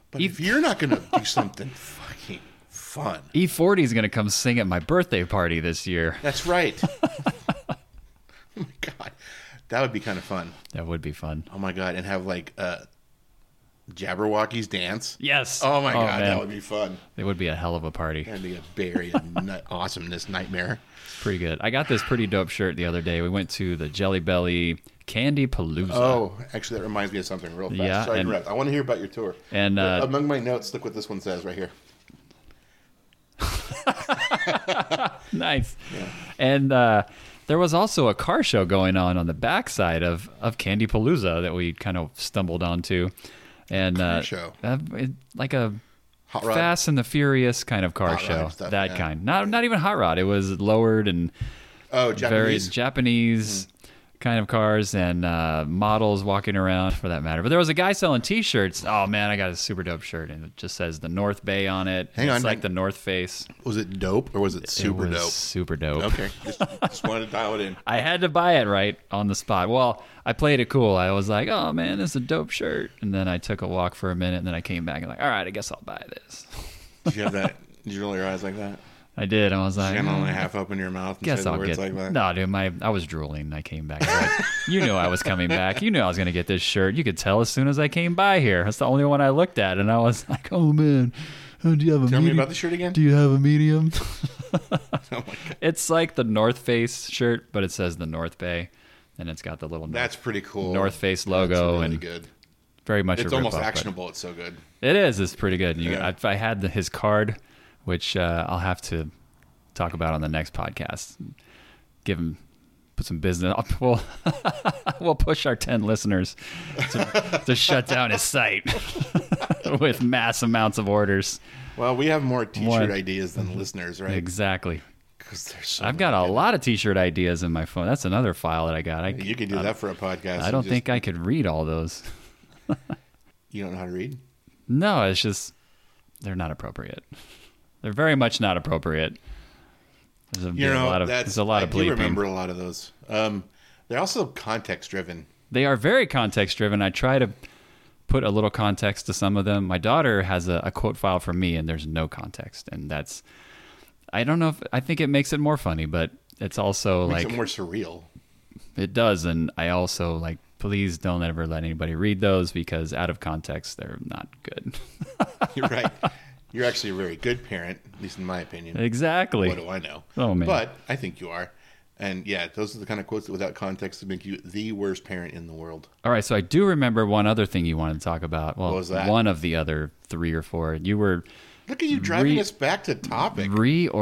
Speaker 1: But if you're not going to do
Speaker 2: [LAUGHS]
Speaker 1: something fucking fun,
Speaker 2: E40 E is going to come sing at my birthday party this year.
Speaker 1: that's
Speaker 2: [LAUGHS]
Speaker 1: right. [LAUGHS] oh my god, that would be kind of fun.
Speaker 2: That would be fun.
Speaker 1: Oh my god, and have like uh, Jabberwockies dance.
Speaker 2: Yes.
Speaker 1: Oh my god,
Speaker 2: man.
Speaker 1: that would be fun.
Speaker 2: It would be a hell of a party.
Speaker 1: And be a berry of nut- [LAUGHS] awesomeness nightmare.
Speaker 2: Pretty good. I got this pretty dope shirt the other day. We went to the Jelly Belly Candy Palooza.
Speaker 1: Oh, actually, that reminds me of something real fast. Sorry
Speaker 2: Yeah,
Speaker 1: to
Speaker 2: and-
Speaker 1: interrupt. I want to hear about your tour.
Speaker 2: And,
Speaker 1: But
Speaker 2: uh,
Speaker 1: among my notes, look what this one says right here.
Speaker 2: [LAUGHS] nice. And uh, there was also a car show going on on the backside of of Candy Palooza that we kind of stumbled onto, and uh,
Speaker 1: show.
Speaker 2: uh, it- like a
Speaker 1: Hot rod.
Speaker 2: Fast and the Furious kind of car
Speaker 1: Hot rod
Speaker 2: show,
Speaker 1: stuff,
Speaker 2: that
Speaker 1: yeah.
Speaker 2: kind. Not not even hot rod. It was lowered and
Speaker 1: Oh,
Speaker 2: very
Speaker 1: Japanese. Mm-hmm.
Speaker 2: Japanese kind of cars and uh, models walking around for that matter. But there was a guy selling T-shirts. Oh man, I got a super dope shirt and it just says the North Bay on it.
Speaker 1: Hang
Speaker 2: it's
Speaker 1: on,
Speaker 2: like
Speaker 1: hang-
Speaker 2: the North Face.
Speaker 1: was it dope or was it super
Speaker 2: it was
Speaker 1: dope?
Speaker 2: Super dope.
Speaker 1: Okay, just, just wanted to dial it
Speaker 2: [LAUGHS]
Speaker 1: in.
Speaker 2: I had to buy it right on the spot. Well, I played it cool. I was like, "Oh man, this is a dope shirt," and then I took a walk for a minute, and then I came back and like, "All right, I guess I'll buy this."
Speaker 1: Did you have that? Did you roll your eyes like that?
Speaker 2: I did. I was like,
Speaker 1: And
Speaker 2: "Mm,
Speaker 1: only half open your mouth and say
Speaker 2: guess
Speaker 1: the
Speaker 2: I'll
Speaker 1: words
Speaker 2: get
Speaker 1: like that.
Speaker 2: no, dude. My I was drooling. I came back. I was like, [LAUGHS] you knew I was coming back. You knew I was gonna get this shirt. You could tell as soon as I came by here. That's the only one I looked at, and I was [LAUGHS] like, "Oh man, oh, do you have a
Speaker 1: Tell me
Speaker 2: medium?
Speaker 1: about the shirt again.
Speaker 2: do you have a medium?" [LAUGHS]
Speaker 1: Oh my God.
Speaker 2: it's like the North Face shirt, but it says the North Bay, and it's got the little North-
Speaker 1: That's pretty cool.
Speaker 2: North Face
Speaker 1: It's
Speaker 2: logo
Speaker 1: really
Speaker 2: and
Speaker 1: good.
Speaker 2: very much.
Speaker 1: It's
Speaker 2: a
Speaker 1: almost
Speaker 2: ripoff, but-
Speaker 1: actionable. It's so good.
Speaker 2: It is. It's pretty good. You,
Speaker 1: Yeah.
Speaker 2: I, I had the, his card, which uh, I'll have to talk about on the next podcast. Give him put some business. [LAUGHS] We'll we'll push our ten listeners to, [LAUGHS] to shut down his site [LAUGHS] with mass amounts of orders.
Speaker 1: Well, we have more T-shirt
Speaker 2: One.
Speaker 1: ideas than listeners, right?
Speaker 2: Exactly.
Speaker 1: 'Cause there's so
Speaker 2: I've got a lot of T-shirt ideas in my phone. That's another file that I got. I,
Speaker 1: many. You could do that for a podcast.
Speaker 2: I
Speaker 1: You
Speaker 2: don't
Speaker 1: just-
Speaker 2: think I could read all those.
Speaker 1: you don't know how to read.
Speaker 2: No, it's just they're not appropriate. [LAUGHS] They're very much not appropriate. There's a,
Speaker 1: You
Speaker 2: there's a
Speaker 1: know,
Speaker 2: lot of
Speaker 1: that's,
Speaker 2: there's a lot
Speaker 1: I
Speaker 2: of
Speaker 1: do remember
Speaker 2: bleeping.
Speaker 1: a lot of those. Um, they're also context driven.
Speaker 2: They are very context driven. I try to put a little context to some of them. My daughter has a, a quote file from me, and there's no context, and that's I don't know if I think it makes it more funny, but it's also
Speaker 1: Makes
Speaker 2: like
Speaker 1: it more surreal. [LAUGHS]
Speaker 2: it does, and I also like please don't ever let anybody read those because out of context they're not good. [LAUGHS]
Speaker 1: You're right. You're actually a very good parent, at least in my opinion.
Speaker 2: exactly.
Speaker 1: What do I know?
Speaker 2: Oh, man.
Speaker 1: But I think you are. And yeah, those are the kind of quotes that, without context, would make you the worst parent in the world.
Speaker 2: All right, so I do remember one other thing you wanted to talk about. Well,
Speaker 1: What was that?
Speaker 2: one of the other three or four. You were
Speaker 1: Look at you driving
Speaker 2: Re-
Speaker 1: us back to topic.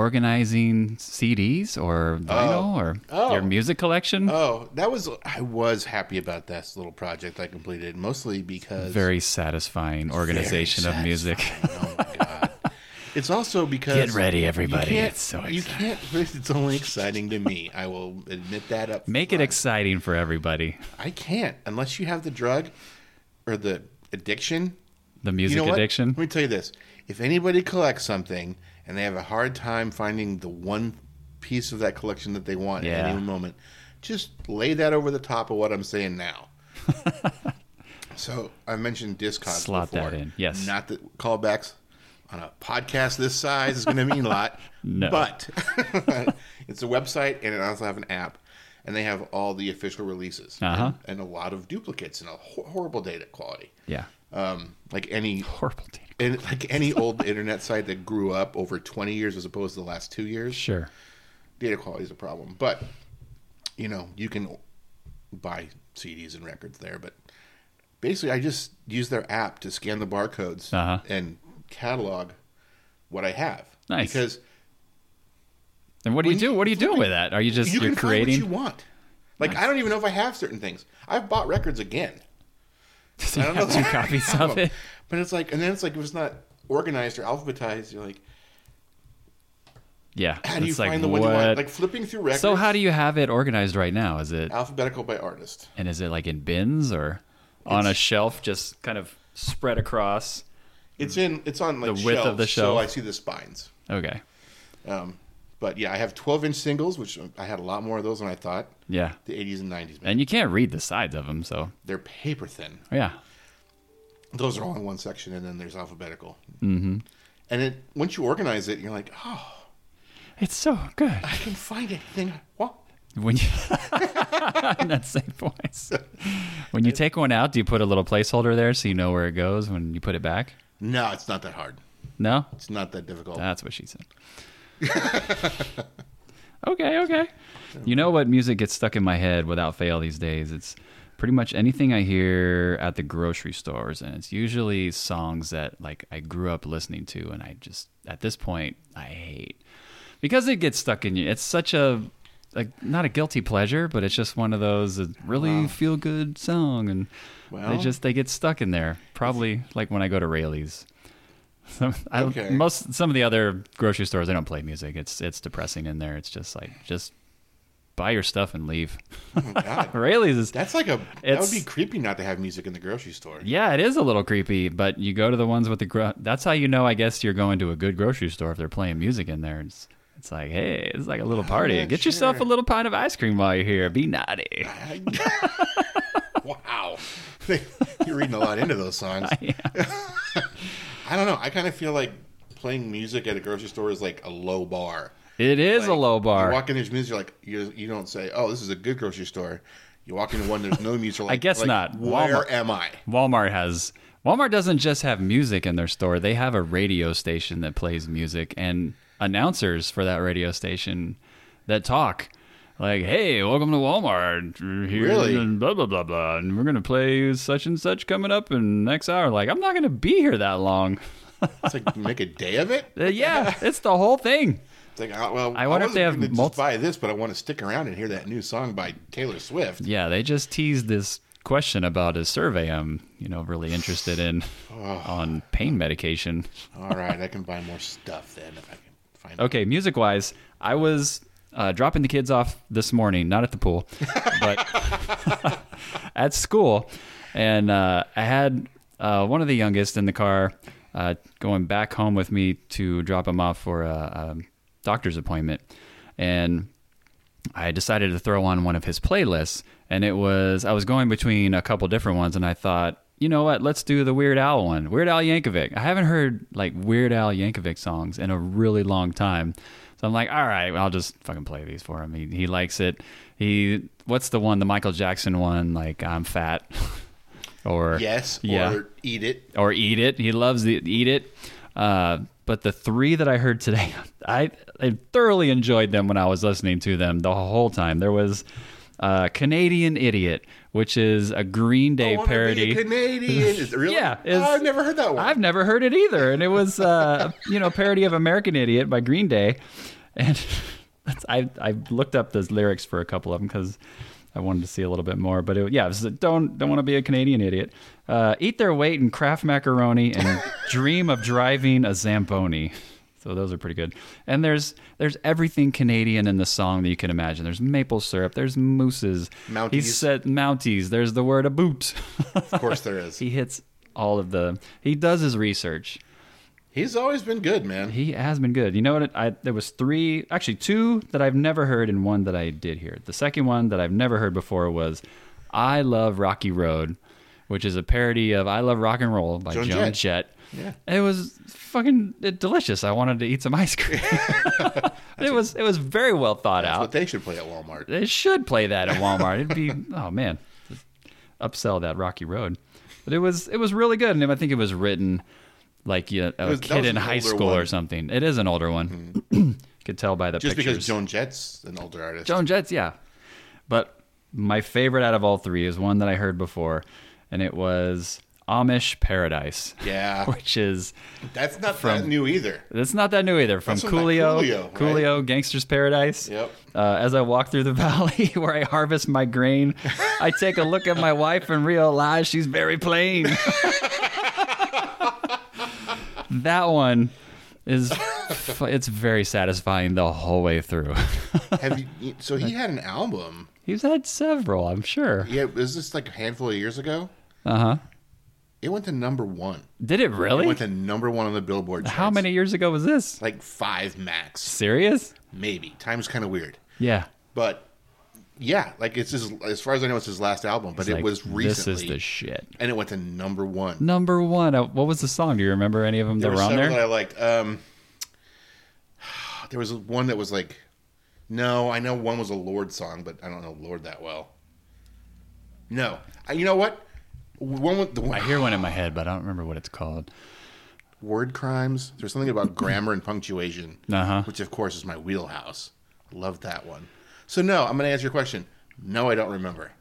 Speaker 2: reorganizing CDs or vinyl or
Speaker 1: Oh.
Speaker 2: your music collection.
Speaker 1: oh, that was I was happy about this little project I completed, mostly because
Speaker 2: Very satisfying organization
Speaker 1: Very
Speaker 2: of music.
Speaker 1: Oh my god! It's also because
Speaker 2: Get ready,
Speaker 1: you
Speaker 2: everybody.
Speaker 1: can't-
Speaker 2: It's so
Speaker 1: you can't. [LAUGHS] It's only exciting to me. I will admit that up.
Speaker 2: [LAUGHS] Make it
Speaker 1: front.
Speaker 2: exciting for everybody.
Speaker 1: I can't unless you have the drug or the addiction.
Speaker 2: The music
Speaker 1: you know
Speaker 2: addiction.
Speaker 1: What? Let me tell you this: if anybody collects something and they have a hard time finding the one piece of that collection that they want
Speaker 2: Yeah.
Speaker 1: at any moment, just lay that over the top of what I'm saying
Speaker 2: [LAUGHS]
Speaker 1: now. so I mentioned Discogs.
Speaker 2: Slot that
Speaker 1: before.
Speaker 2: in, yes.
Speaker 1: Not that callbacks on a podcast this size is going to mean a lot.
Speaker 2: [LAUGHS] No.
Speaker 1: But [LAUGHS] it's a website and it also have an app. And they have all the official releases
Speaker 2: Uh-huh.
Speaker 1: and, and a lot of duplicates and a hor- horrible data quality.
Speaker 2: Yeah.
Speaker 1: Um, like any
Speaker 2: Horrible data.
Speaker 1: and like any old internet site that grew up over 20 years as opposed to the last two years,
Speaker 2: Sure.
Speaker 1: data quality is a problem. But, you know, you can buy CDs and records there. But basically, I just use their app to scan the barcodes
Speaker 2: Uh-huh.
Speaker 1: and catalog what I have.
Speaker 2: Nice.
Speaker 1: Because
Speaker 2: And what do you do? What do you do with that? Are you just
Speaker 1: you
Speaker 2: you're
Speaker 1: can
Speaker 2: creating? [LAUGHS]
Speaker 1: find what you want. Like, I don't even know if I have certain things. I've bought records again.
Speaker 2: Does he
Speaker 1: I don't know
Speaker 2: have two copies of
Speaker 1: [LAUGHS]
Speaker 2: it?
Speaker 1: But it's like, and then it's like, if it's not organized or alphabetized, you're like,
Speaker 2: Yeah.
Speaker 1: how do you
Speaker 2: it's like,
Speaker 1: find the one
Speaker 2: what?
Speaker 1: you want? Like flipping through records.
Speaker 2: so how do you have it organized right now? Is it
Speaker 1: alphabetical by artist.
Speaker 2: and is it like in bins or on a shelf, just kind of spread across?
Speaker 1: It's in. It's on like
Speaker 2: Hmm. The width of the
Speaker 1: shelves,
Speaker 2: shelf.
Speaker 1: So I see the spines.
Speaker 2: Okay.
Speaker 1: Um, but yeah, I have 12 inch singles, which I had a lot more of those than I thought.
Speaker 2: Yeah.
Speaker 1: The 80s and 90s, man.
Speaker 2: And you can't read the sides of them, so
Speaker 1: They're paper thin.
Speaker 2: yeah.
Speaker 1: Those are all in one section, and then there's alphabetical. Mm-hmm. And it, once you organize it, you're like, oh,
Speaker 2: It's so good.
Speaker 1: I can find anything I want.
Speaker 2: When you [LAUGHS] in that same voice. When you take one out, do you put a little placeholder there so you know where it goes when you put it back?
Speaker 1: No, it's not that hard.
Speaker 2: No?
Speaker 1: It's not that difficult.
Speaker 2: That's what she said. [LAUGHS] okay, okay. You know what music gets stuck in my head without fail these days? It's pretty much anything I hear at the grocery stores and it's usually songs that like I grew up listening to and I just at this point I hate. Because it gets stuck in you. It's such a like not a guilty pleasure, but it's just one of those that really feel good song and they
Speaker 1: Well-
Speaker 2: just they get stuck in there. Probably like when I go to Rayleigh's. Some, I,
Speaker 1: Okay.
Speaker 2: Most some of the other grocery stores they don't play music. It's it's depressing in there. It's just like just buy your stuff and leave.
Speaker 1: [LAUGHS]
Speaker 2: [LAUGHS]
Speaker 1: Oh, God.
Speaker 2: Rayleigh's is
Speaker 1: That's like a. That
Speaker 2: It's-
Speaker 1: would be creepy not to have music in the grocery store.
Speaker 2: yeah, it is a little creepy. But you go to the ones with the gro- that's how you know. I guess you're going to a good grocery store if they're playing music in there. It's it's like hey, it's like a little
Speaker 1: [LAUGHS]
Speaker 2: party.
Speaker 1: yeah,
Speaker 2: Get yourself a
Speaker 1: sure.
Speaker 2: little pint of ice cream while you're here. Be naughty. [LAUGHS]
Speaker 1: wow. [LAUGHS] You're reading a lot into those songs. I, don't know. [LAUGHS] I kind of feel like playing music at a grocery store is like a low bar.
Speaker 2: It is a
Speaker 1: Like,
Speaker 2: low bar.
Speaker 1: You walk in, there's music. You're like, you, you don't say, oh, this is a good grocery store. You walk into one, there's no
Speaker 2: [LAUGHS]
Speaker 1: music. you're Like,
Speaker 2: guess
Speaker 1: like,
Speaker 2: not.
Speaker 1: Where
Speaker 2: Walmart-
Speaker 1: am I?
Speaker 2: Walmart has Walmart doesn't just have music in their store. They have a radio station that plays music and announcers for that radio station that talk. Like, hey, welcome to Walmart. We're Here
Speaker 1: Really?
Speaker 2: and blah blah blah blah. And we're gonna play such and such coming up in next hour. Like, I'm not gonna be here that long.
Speaker 1: It's like make a day of it.
Speaker 2: Uh, yeah, it's the whole thing.
Speaker 1: It's like, oh, well,
Speaker 2: I wonder if
Speaker 1: wasn't
Speaker 2: they have
Speaker 1: gonna just
Speaker 2: multi-
Speaker 1: buy this, but I want to stick around and hear that new song by Taylor Swift.
Speaker 2: [LAUGHS] Yeah, they just teased this question about a survey I'm, you know, really interested in on pain medication.
Speaker 1: All right, I can buy more stuff then if I can find.
Speaker 2: Okay, music wise, I was uh, dropping the kids off this morning, not at the pool, but [LAUGHS] at school. And uh, I had uh, one of the youngest in the car uh, going back home with me to drop him off for a, a doctor's appointment. And I decided to throw on one of his playlists, and it was I was going between a couple different ones, and I thought, you know what, let's do the Weird Al one. Weird Al Yankovic. I haven't heard like Weird Al Yankovic songs in a really long time, so I'm like, all right, I'll just fucking play these for him. He he likes it. He what's the one, the Michael Jackson one, like I'm fat, [LAUGHS] or
Speaker 1: Yes,
Speaker 2: yeah,
Speaker 1: or eat it.
Speaker 2: or eat it. He loves the eat it. Uh, but the three that I heard today, [LAUGHS] I, I thoroughly enjoyed them when I was listening to them the whole time. There was uh, Canadian Idiot, which is a Green Day
Speaker 1: Oh, wanna be a
Speaker 2: parody.
Speaker 1: Canadian. Is- really?
Speaker 2: Yeah,
Speaker 1: Oh,
Speaker 2: is-
Speaker 1: I've never heard that one.
Speaker 2: I've never heard it either, and it was uh, you know a parody of American Idiot by Green Day, and [LAUGHS] that's, I I looked up those lyrics for a couple of them because I wanted to see a little bit more. But it, yeah, it was, don't don't want to be a Canadian idiot. Uh, eat their weight in Kraft macaroni and [LAUGHS] dream of driving a Zamboni. So those are pretty good. And there's there's everything Canadian in the song that you can imagine. There's maple syrup. There's mooses. He
Speaker 1: Mounties.
Speaker 2: said Mounties. There's the word a boot. [LAUGHS]
Speaker 1: of course there is.
Speaker 2: He hits all of the. He does his research.
Speaker 1: He He's always been good, man.
Speaker 2: He has been good. You know what? I, there was three, actually two that I've never heard, and one that I did hear. The second one that I've never heard before was "I Love Rocky Road," which is a parody of "I Love Rock and Roll" by
Speaker 1: Joan
Speaker 2: Joan,
Speaker 1: Jett.
Speaker 2: Jett.
Speaker 1: Yeah.
Speaker 2: It was fucking delicious. I wanted to eat some
Speaker 1: [LAUGHS]
Speaker 2: ice cream. [LAUGHS] it was it was very well thought
Speaker 1: That's
Speaker 2: out.
Speaker 1: what they should play at Walmart.
Speaker 2: They should play that at Walmart. It'd be [LAUGHS] oh man, Just upsell that Rocky Road. But it was it was really good, and I think it was written like you know, a
Speaker 1: was- that
Speaker 2: kid
Speaker 1: was
Speaker 2: in
Speaker 1: an
Speaker 2: high
Speaker 1: older
Speaker 2: school or
Speaker 1: one. Mm-hmm.
Speaker 2: something. It is an older one. [CLEARS THROAT] Could tell by the
Speaker 1: Just
Speaker 2: pictures.
Speaker 1: because Joan Jett's an older artist.
Speaker 2: Joan Jett's, yeah. But my favorite out of all three is one that I heard before, and it was Amish Paradise.
Speaker 1: Yeah.
Speaker 2: [LAUGHS] which is [LAUGHS]
Speaker 1: That's not that
Speaker 2: From-
Speaker 1: new either.
Speaker 2: it's not that new either. From
Speaker 1: That's from that
Speaker 2: Coolio,
Speaker 1: Coolio, right?
Speaker 2: Gangster's Paradise.
Speaker 1: Yep.
Speaker 2: Uh, as I walk through the [LAUGHS] valley where I harvest my grain, I take a look at my wife and realize she's very plain. [LAUGHS] that one is it's very satisfying the whole way through. [LAUGHS]
Speaker 1: Have you, so he had an album.
Speaker 2: He's had several, I'm sure.
Speaker 1: Yeah, was this like a handful of years ago?
Speaker 2: Uh huh.
Speaker 1: It went to number one.
Speaker 2: Did
Speaker 1: It
Speaker 2: it really?
Speaker 1: went to number one on the Billboard.
Speaker 2: How
Speaker 1: charts.
Speaker 2: many years ago was this?
Speaker 1: Like five max,
Speaker 2: Serious?
Speaker 1: maybe. Time's kind of weird,
Speaker 2: Yeah.
Speaker 1: but yeah, like it's his, as far as I know, it's his last album. But it
Speaker 2: Like,
Speaker 1: was recently,
Speaker 2: This is the shit.
Speaker 1: and it went to number one.
Speaker 2: Number one. uh, What was the song? Do you remember any of them
Speaker 1: there
Speaker 2: that
Speaker 1: were
Speaker 2: were on
Speaker 1: several
Speaker 2: there?
Speaker 1: that I liked. Um, there was one that was like, no, I know one was a Lord song, but I don't know Lord that well. No, I, you know what? One with the
Speaker 2: I
Speaker 1: one,
Speaker 2: hear one in my head, but I don't remember what it's called.
Speaker 1: word crimes. There's something
Speaker 2: [LAUGHS]
Speaker 1: about grammar and punctuation,
Speaker 2: Uh-huh.
Speaker 1: which of course is my wheelhouse. Love that one. So no, I'm going to answer your question. No, I don't remember,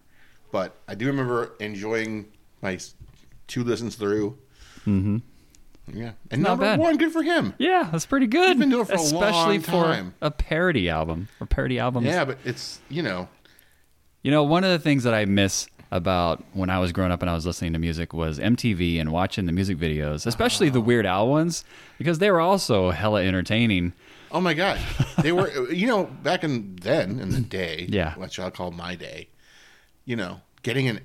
Speaker 1: but I do remember enjoying my s- two listens through. Mm-hmm. Yeah, and
Speaker 2: Not
Speaker 1: number
Speaker 2: bad.
Speaker 1: one, good for him.
Speaker 2: Yeah, that's pretty good.
Speaker 1: been doing it for a
Speaker 2: Especially
Speaker 1: long
Speaker 2: for
Speaker 1: time.
Speaker 2: a parody album or parody albums.
Speaker 1: Yeah, but it's you know
Speaker 2: You know, one of the things that I miss about when I was growing up and I was listening to music was MTV and watching the music videos, especially
Speaker 1: Oh.
Speaker 2: the Weird Al ones, because they were also hella entertaining.
Speaker 1: Oh my god, they were [LAUGHS] you know back in then in the day,
Speaker 2: Yeah.
Speaker 1: which I'll call my day. You know, getting an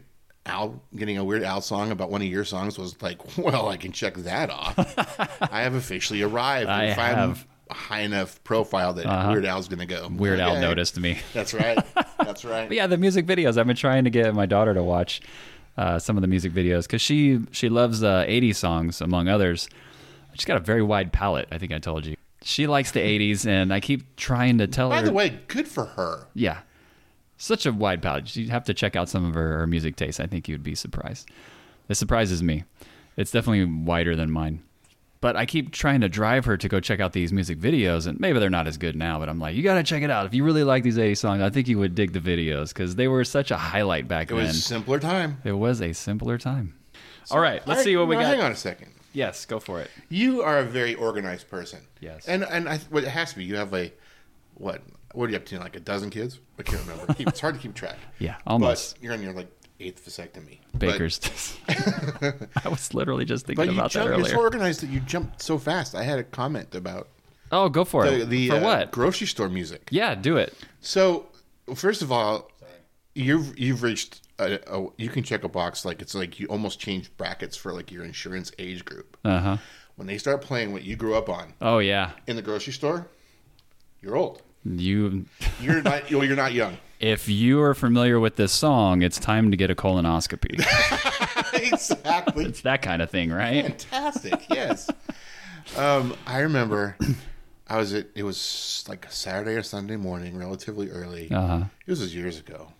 Speaker 1: Al, getting a weird Al song about one of your songs was like, [LAUGHS] well, I can check that
Speaker 2: [LAUGHS]
Speaker 1: off. I have officially arrived.
Speaker 2: I
Speaker 1: if
Speaker 2: have. Uh-huh.
Speaker 1: I'm a high enough profile that Weird Al's going to go.
Speaker 2: Weird Al
Speaker 1: okay.
Speaker 2: noticed me.
Speaker 1: That's
Speaker 2: [LAUGHS]
Speaker 1: right. That's right.
Speaker 2: But yeah, the music videos. I've been trying to get my daughter to watch uh, some of the music videos because she she loves uh, '80s songs among others. She's got a very wide palette. I think I told you. She likes the '80s, and I keep trying to tell
Speaker 1: By
Speaker 2: her.
Speaker 1: the way, good for her.
Speaker 2: yeah, such a wide palette. You'd have to check out some of her, her music tastes. I think you'd be surprised. It surprises me. It's definitely wider than mine. But I keep trying to drive her to go check out these music videos, and maybe they're not as good now. But I'm like, you gotta check it out if you really like these '80s songs. I think you would dig the videos because they were such a highlight back
Speaker 1: It
Speaker 2: then.
Speaker 1: was simpler time.
Speaker 2: It was a simpler time. All right, let's
Speaker 1: All
Speaker 2: see what we
Speaker 1: now
Speaker 2: got.
Speaker 1: Hang on a second.
Speaker 2: Yes, go for it.
Speaker 1: You are a very organized person.
Speaker 2: Yes.
Speaker 1: And and I, well, it has to be. You have a what? What are you up to? Like a dozen kids? I can't remember. Keep- it's hard to keep track.
Speaker 2: [LAUGHS] Yeah,
Speaker 1: But
Speaker 2: almost
Speaker 1: you're on your like eighth vasectomy.
Speaker 2: Baker's. [LAUGHS] I was literally just
Speaker 1: But,
Speaker 2: thinking
Speaker 1: but you
Speaker 2: about that
Speaker 1: jump, you're so
Speaker 2: earlier.
Speaker 1: organized that you jumped so fast. I had a comment about
Speaker 2: Oh, go for
Speaker 1: the,
Speaker 2: it.
Speaker 1: the
Speaker 2: for
Speaker 1: uh,
Speaker 2: what?
Speaker 1: grocery store music.
Speaker 2: yeah, do it.
Speaker 1: So first of all, you've you've reached a, a, you can check a box like it's like you almost changed brackets for like your insurance age group.
Speaker 2: Uh huh.
Speaker 1: When they start playing what you grew up on
Speaker 2: Oh yeah,
Speaker 1: in the grocery store, you're old.
Speaker 2: you.
Speaker 1: You're not. Well, you're not young.
Speaker 2: If you are familiar with this song, it's time to get a [LAUGHS] colonoscopy.
Speaker 1: [LAUGHS] exactly.
Speaker 2: it's that kind of thing, right?
Speaker 1: Fantastic. Yes. Um, I remember. [CLEARS THROAT] I was at. It was like Saturday or Sunday morning, relatively early.
Speaker 2: Uh-huh.
Speaker 1: It was years ago.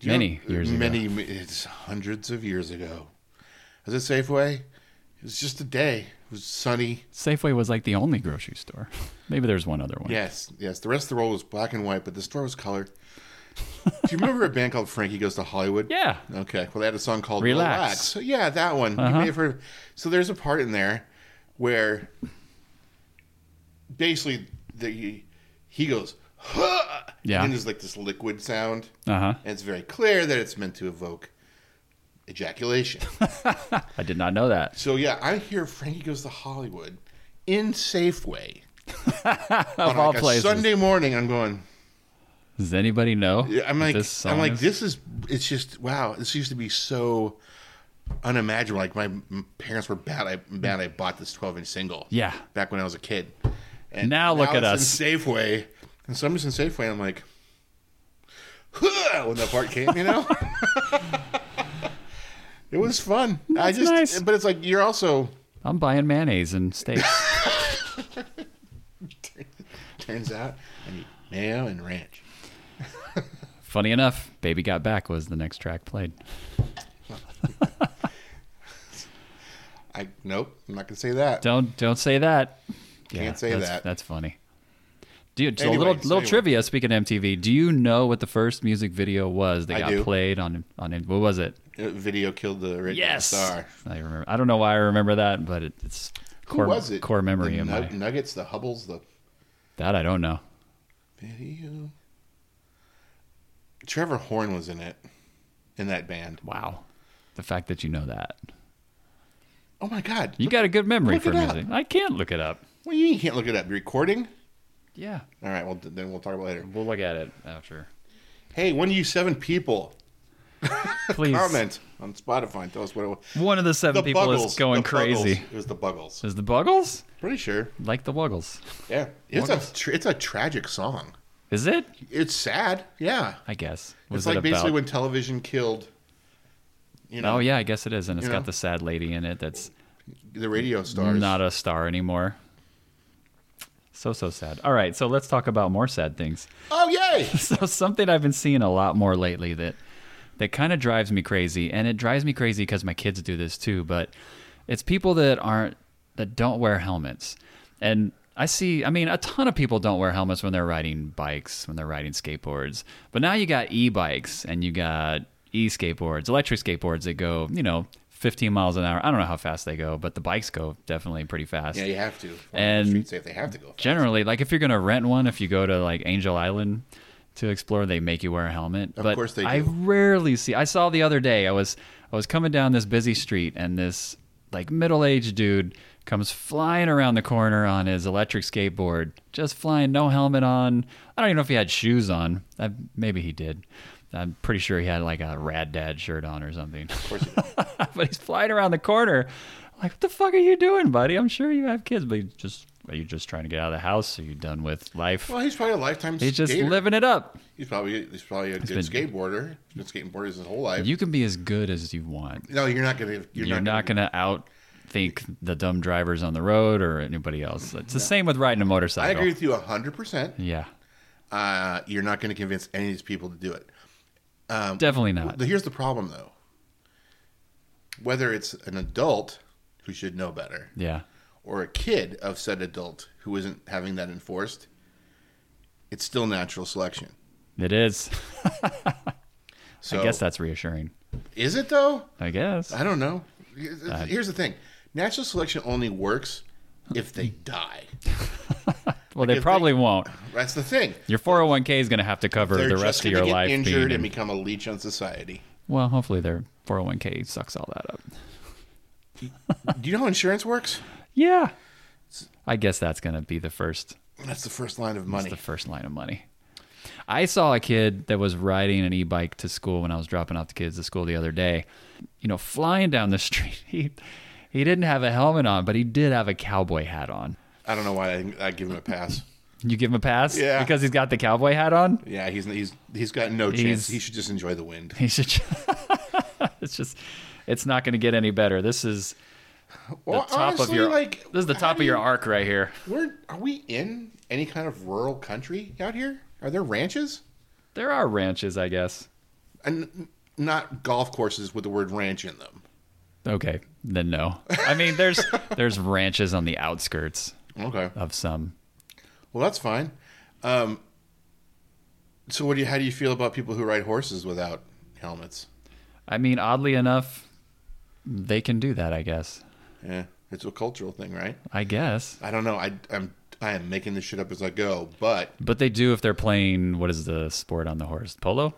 Speaker 1: Do you
Speaker 2: Many
Speaker 1: know-
Speaker 2: years ago.
Speaker 1: many, ago. It's hundreds of years ago. I was at Safeway. It was just a day. It was sunny.
Speaker 2: Safeway was like the only grocery store. Maybe there's one other one.
Speaker 1: Yes, yes. The rest of the roll was black and white, but the store was colored. Do you remember a band called Frankie Goes to Hollywood?
Speaker 2: Yeah.
Speaker 1: Okay. Well, they had a song called
Speaker 2: Relax. Uh-huh.
Speaker 1: Relax. So, yeah, that one. You may have heard. of- So there's a part in there where basically the he goes, huh!
Speaker 2: Yeah.
Speaker 1: and there's like this liquid sound,
Speaker 2: Uh huh.
Speaker 1: and it's very clear that it's meant to evoke
Speaker 2: [LAUGHS]
Speaker 1: ejaculation.
Speaker 2: I did not know that.
Speaker 1: so yeah, I hear Frankie Goes to Hollywood in Safeway
Speaker 2: Of
Speaker 1: on
Speaker 2: all
Speaker 1: like a
Speaker 2: places,
Speaker 1: Sunday morning. I'm going.
Speaker 2: does anybody know?
Speaker 1: Yeah, I'm
Speaker 2: what
Speaker 1: like,
Speaker 2: this song
Speaker 1: I'm like,
Speaker 2: is?
Speaker 1: this is. It's just wow. This used to be so unimaginable. Like my m- parents were bad. I bad. I bought this 12 inch single.
Speaker 2: Yeah.
Speaker 1: back when I was a kid. And
Speaker 2: Now look at
Speaker 1: it's In Safeway, and so I'm just in Safeway. and I'm like, "Huh," when that part came, you know. [LAUGHS] it was fun. I
Speaker 2: That's
Speaker 1: just,
Speaker 2: nice.
Speaker 1: but it's like you're also
Speaker 2: I'm buying
Speaker 1: [LAUGHS]
Speaker 2: mayonnaise and steaks.
Speaker 1: turns out I need mayo and ranch.
Speaker 2: Funny enough, Baby Got Back was the next track played.
Speaker 1: I nope. I'm not gonna say that.
Speaker 2: Don't don't say that.
Speaker 1: Can't say
Speaker 2: that's,
Speaker 1: that.
Speaker 2: That's funny. Do you, so a
Speaker 1: Anyway,
Speaker 2: little
Speaker 1: so
Speaker 2: little
Speaker 1: anyway.
Speaker 2: trivia. Speaking of MTV, do you know what the first music video was that
Speaker 1: I
Speaker 2: got
Speaker 1: do.
Speaker 2: played on on what was it?
Speaker 1: Uh, Video killed the original
Speaker 2: Yes,
Speaker 1: star.
Speaker 2: I remember. I don't know why I remember that, but it, it's
Speaker 1: Who
Speaker 2: core
Speaker 1: was it?
Speaker 2: core memory
Speaker 1: The
Speaker 2: of
Speaker 1: Nug-
Speaker 2: mine.
Speaker 1: Nuggets, the Hubbles, the
Speaker 2: That I don't know.
Speaker 1: video. Trevor Horn was in it, in that band.
Speaker 2: Wow, the fact that you know that
Speaker 1: Oh my God!
Speaker 2: you got a good memory
Speaker 1: Look
Speaker 2: for
Speaker 1: it up.
Speaker 2: music. I can't look it up.
Speaker 1: Well, you mean you can't look it up. You're recording.
Speaker 2: Yeah,
Speaker 1: All right. Well, th- then we'll talk about it later.
Speaker 2: we'll look at it after.
Speaker 1: Hey, one of you seven people,
Speaker 2: [LAUGHS] Please,
Speaker 1: comment on Spotify and tell us what it was.
Speaker 2: one of the seven people is going
Speaker 1: the
Speaker 2: crazy.
Speaker 1: Buggles. It was the Buggles.
Speaker 2: Is the Buggles
Speaker 1: Pretty sure.
Speaker 2: like the Wuggles?
Speaker 1: Yeah. It's
Speaker 2: Buggles.
Speaker 1: a tr- it's a tragic song.
Speaker 2: Is it?
Speaker 1: It's sad. Yeah.
Speaker 2: I guess.
Speaker 1: It's
Speaker 2: Was
Speaker 1: like
Speaker 2: it
Speaker 1: basically
Speaker 2: about-
Speaker 1: when television killed. You know,
Speaker 2: Oh yeah, I guess it is, and it's
Speaker 1: You
Speaker 2: got
Speaker 1: know?
Speaker 2: the sad lady in it. That's
Speaker 1: the radio stars.
Speaker 2: not a star anymore. So so sad. All right, so let's talk about more sad things.
Speaker 1: Oh yay!
Speaker 2: [LAUGHS] So something I've been seeing a lot more lately that that kind of drives me crazy, and it drives me crazy because my kids do this too. But it's people that aren't that don't wear helmets, and I see. I mean, a ton of people don't wear helmets when they're riding bikes, when they're riding skateboards. But now you got e-bikes and you got e-skateboards, electric skateboards that go, you know, 15 miles an hour. I don't know how fast they go, but the bikes go definitely pretty fast
Speaker 1: yeah, you have to.
Speaker 2: And-
Speaker 1: Street safe. They have to go.
Speaker 2: generally like if you're gonna rent one if you go to like angel island to explore they make you wear a helmet of but
Speaker 1: course they
Speaker 2: i
Speaker 1: do.
Speaker 2: rarely see i saw the other day i was i was coming down this busy street and this like middle-aged dude comes flying around the corner on his electric skateboard just flying no helmet on i don't even know if he had shoes on I, maybe he did i'm pretty sure he had like a rad dad shirt on or something [LAUGHS] but he's flying around the corner. I'm like, what the fuck are you doing, buddy? I'm sure you have kids, but you just are you just trying to get out of the house? Are you done with life?
Speaker 1: Well, he's probably a lifetime.
Speaker 2: He's just
Speaker 1: skater.
Speaker 2: living it up.
Speaker 1: He's probably he's probably a good skateboarder. He's been skateboarders his whole life.
Speaker 2: You can be as good as you want.
Speaker 1: no, you're not gonna. You're,
Speaker 2: You're, not, going to out think the dumb drivers on the road or anybody else. It's the same with riding a motorcycle.
Speaker 1: I agree with you hundred percent.
Speaker 2: Yeah,
Speaker 1: Uh, you're not going to convince any of these people to do it.
Speaker 2: definitely not.
Speaker 1: The- Here's the problem, though. Whether it's an adult who should know better,
Speaker 2: Yeah,
Speaker 1: or a kid of said adult who isn't having that enforced, it's still natural selection.
Speaker 2: it is. [LAUGHS]
Speaker 1: So
Speaker 2: I guess that's reassuring.
Speaker 1: is it though.
Speaker 2: I guess.
Speaker 1: I don't know.
Speaker 2: Uh,
Speaker 1: Here's the thing: natural selection only works if they die.
Speaker 2: Well, they
Speaker 1: if
Speaker 2: probably won't.
Speaker 1: That's the thing.
Speaker 2: Your 401k is going to have to cover
Speaker 1: They're
Speaker 2: the
Speaker 1: just
Speaker 2: rest of
Speaker 1: gonna
Speaker 2: your
Speaker 1: get
Speaker 2: life. being
Speaker 1: injured
Speaker 2: in-
Speaker 1: and become a leech on society.
Speaker 2: well, hopefully their 401k sucks all that up.
Speaker 1: Do you know how insurance works?
Speaker 2: Yeah. I guess that's going to be the first
Speaker 1: That's the first line of money.
Speaker 2: the first line of money. I saw a kid that was riding an e-bike to school when I was dropping off the kids to school the other day. You know, flying down the [LAUGHS] street. He he didn't have a helmet on, but he did have a cowboy hat on.
Speaker 1: I don't know why I, I give him a pass.
Speaker 2: You give him a pass
Speaker 1: Yeah.
Speaker 2: because he's got the cowboy hat on. [LAUGHS]
Speaker 1: Yeah, he's he's he's got no chance.
Speaker 2: He's-
Speaker 1: he should just enjoy the wind.
Speaker 2: He should. [LAUGHS] it's just, it's not going to get any better. This is the
Speaker 1: Well,
Speaker 2: top
Speaker 1: honestly,
Speaker 2: of your.
Speaker 1: like
Speaker 2: this is the
Speaker 1: how
Speaker 2: top
Speaker 1: do
Speaker 2: of your
Speaker 1: you-
Speaker 2: arc right here.
Speaker 1: We're are we in any kind of rural country out here? Are there ranches?
Speaker 2: There are ranches, I guess.
Speaker 1: And n- not golf courses with the word ranch in them.
Speaker 2: Okay, then no. I mean, there's [LAUGHS] there's ranches on the outskirts
Speaker 1: Okay.
Speaker 2: of some.
Speaker 1: Well, that's fine. Um, so, what do you? How do you feel about people who ride horses without helmets?
Speaker 2: I mean, oddly enough, they can do that. I guess.
Speaker 1: Yeah, Eh, it's a cultural thing, right?
Speaker 2: I guess.
Speaker 1: I don't know. I, I'm I am making this shit up as I go,
Speaker 2: [LAUGHS]
Speaker 1: but
Speaker 2: But they do if they're playing what is the sport on the horse? Polo,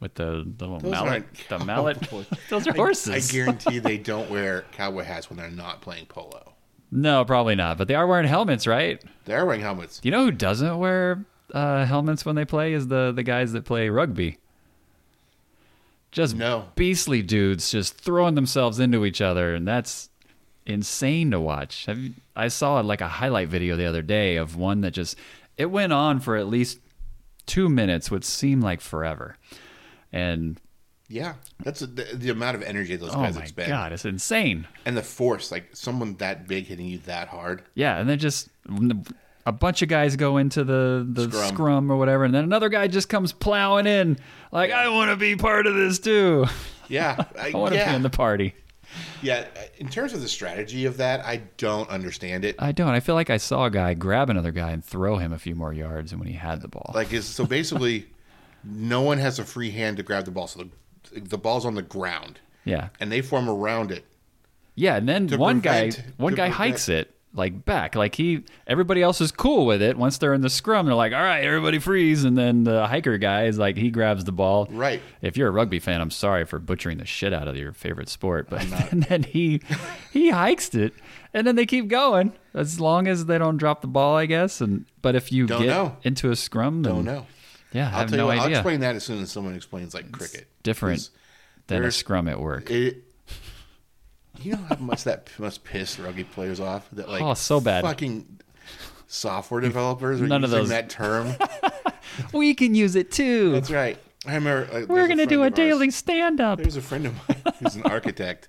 Speaker 2: with the the little mallet.
Speaker 1: aren't [LAUGHS]
Speaker 2: The mallet.
Speaker 1: cowboys.
Speaker 2: [LAUGHS] Those are horses.
Speaker 1: I guarantee they don't wear cowboy hats when they're not playing polo.
Speaker 2: no, probably not. But they are wearing helmets, right?
Speaker 1: They're wearing helmets.
Speaker 2: You know who doesn't wear uh, helmets when they play is the the guys that play rugby. Just
Speaker 1: No.
Speaker 2: beastly dudes just throwing themselves into each other, and that's insane to watch. Have you, I saw like a highlight video the other day of one that just it went on for at least two minutes, which seemed like forever, and
Speaker 1: Yeah, that's the, the amount of energy those
Speaker 2: oh
Speaker 1: guys
Speaker 2: my
Speaker 1: expend,
Speaker 2: god, it's insane.
Speaker 1: and the force. Like someone that big hitting you that hard.
Speaker 2: Yeah, and then just a bunch of guys go into the the scrum,
Speaker 1: Scrum.
Speaker 2: or whatever, and then another guy just comes plowing in, like I want to be part of this too.
Speaker 1: Yeah, I,
Speaker 2: [LAUGHS] I want to
Speaker 1: yeah,
Speaker 2: be in the party.
Speaker 1: yeah. In terms of the strategy of that, I don't understand it.
Speaker 2: I don't. I feel like I saw a guy grab another guy and throw him a few more yards, and when he had the ball,
Speaker 1: Like, is so basically, no one has a free hand to grab the ball, so the, the ball's on the ground,
Speaker 2: yeah,
Speaker 1: and they form around it.
Speaker 2: yeah. And then one guy,
Speaker 1: prevent-
Speaker 2: one
Speaker 1: to
Speaker 2: guy
Speaker 1: prevent-
Speaker 2: hikes it like back, like he. Everybody else is cool with it. Once they're in the scrum, they're like, "All right, everybody freeze!" And then the hiker guy is like, he grabs the ball,
Speaker 1: Right.
Speaker 2: if you're a rugby fan, I'm sorry for butchering the shit out of your favorite sport, but [LAUGHS] and then he he hikes it, and then they keep going as long as they don't drop the ball, I guess. And but if you
Speaker 1: Don't
Speaker 2: get
Speaker 1: know.
Speaker 2: into a scrum, then,
Speaker 1: Oh no!
Speaker 2: yeah, I
Speaker 1: I'll
Speaker 2: have
Speaker 1: tell
Speaker 2: no
Speaker 1: you. What, I'll
Speaker 2: idea.
Speaker 1: explain that as soon as someone explains like cricket.
Speaker 2: Different than a
Speaker 1: there's-
Speaker 2: scrum at work.
Speaker 1: It, you know how much that must piss rugby players off that like
Speaker 2: Oh, so bad.
Speaker 1: fucking software developers are
Speaker 2: None
Speaker 1: None
Speaker 2: of
Speaker 1: using
Speaker 2: those.
Speaker 1: that
Speaker 2: [LAUGHS]
Speaker 1: term.
Speaker 2: We can use it too.
Speaker 1: That's right. I remember like,
Speaker 2: We're
Speaker 1: there's
Speaker 2: gonna
Speaker 1: friend
Speaker 2: do a
Speaker 1: of ours-
Speaker 2: daily stand up.
Speaker 1: There's a friend of [LAUGHS] mine who's an architect,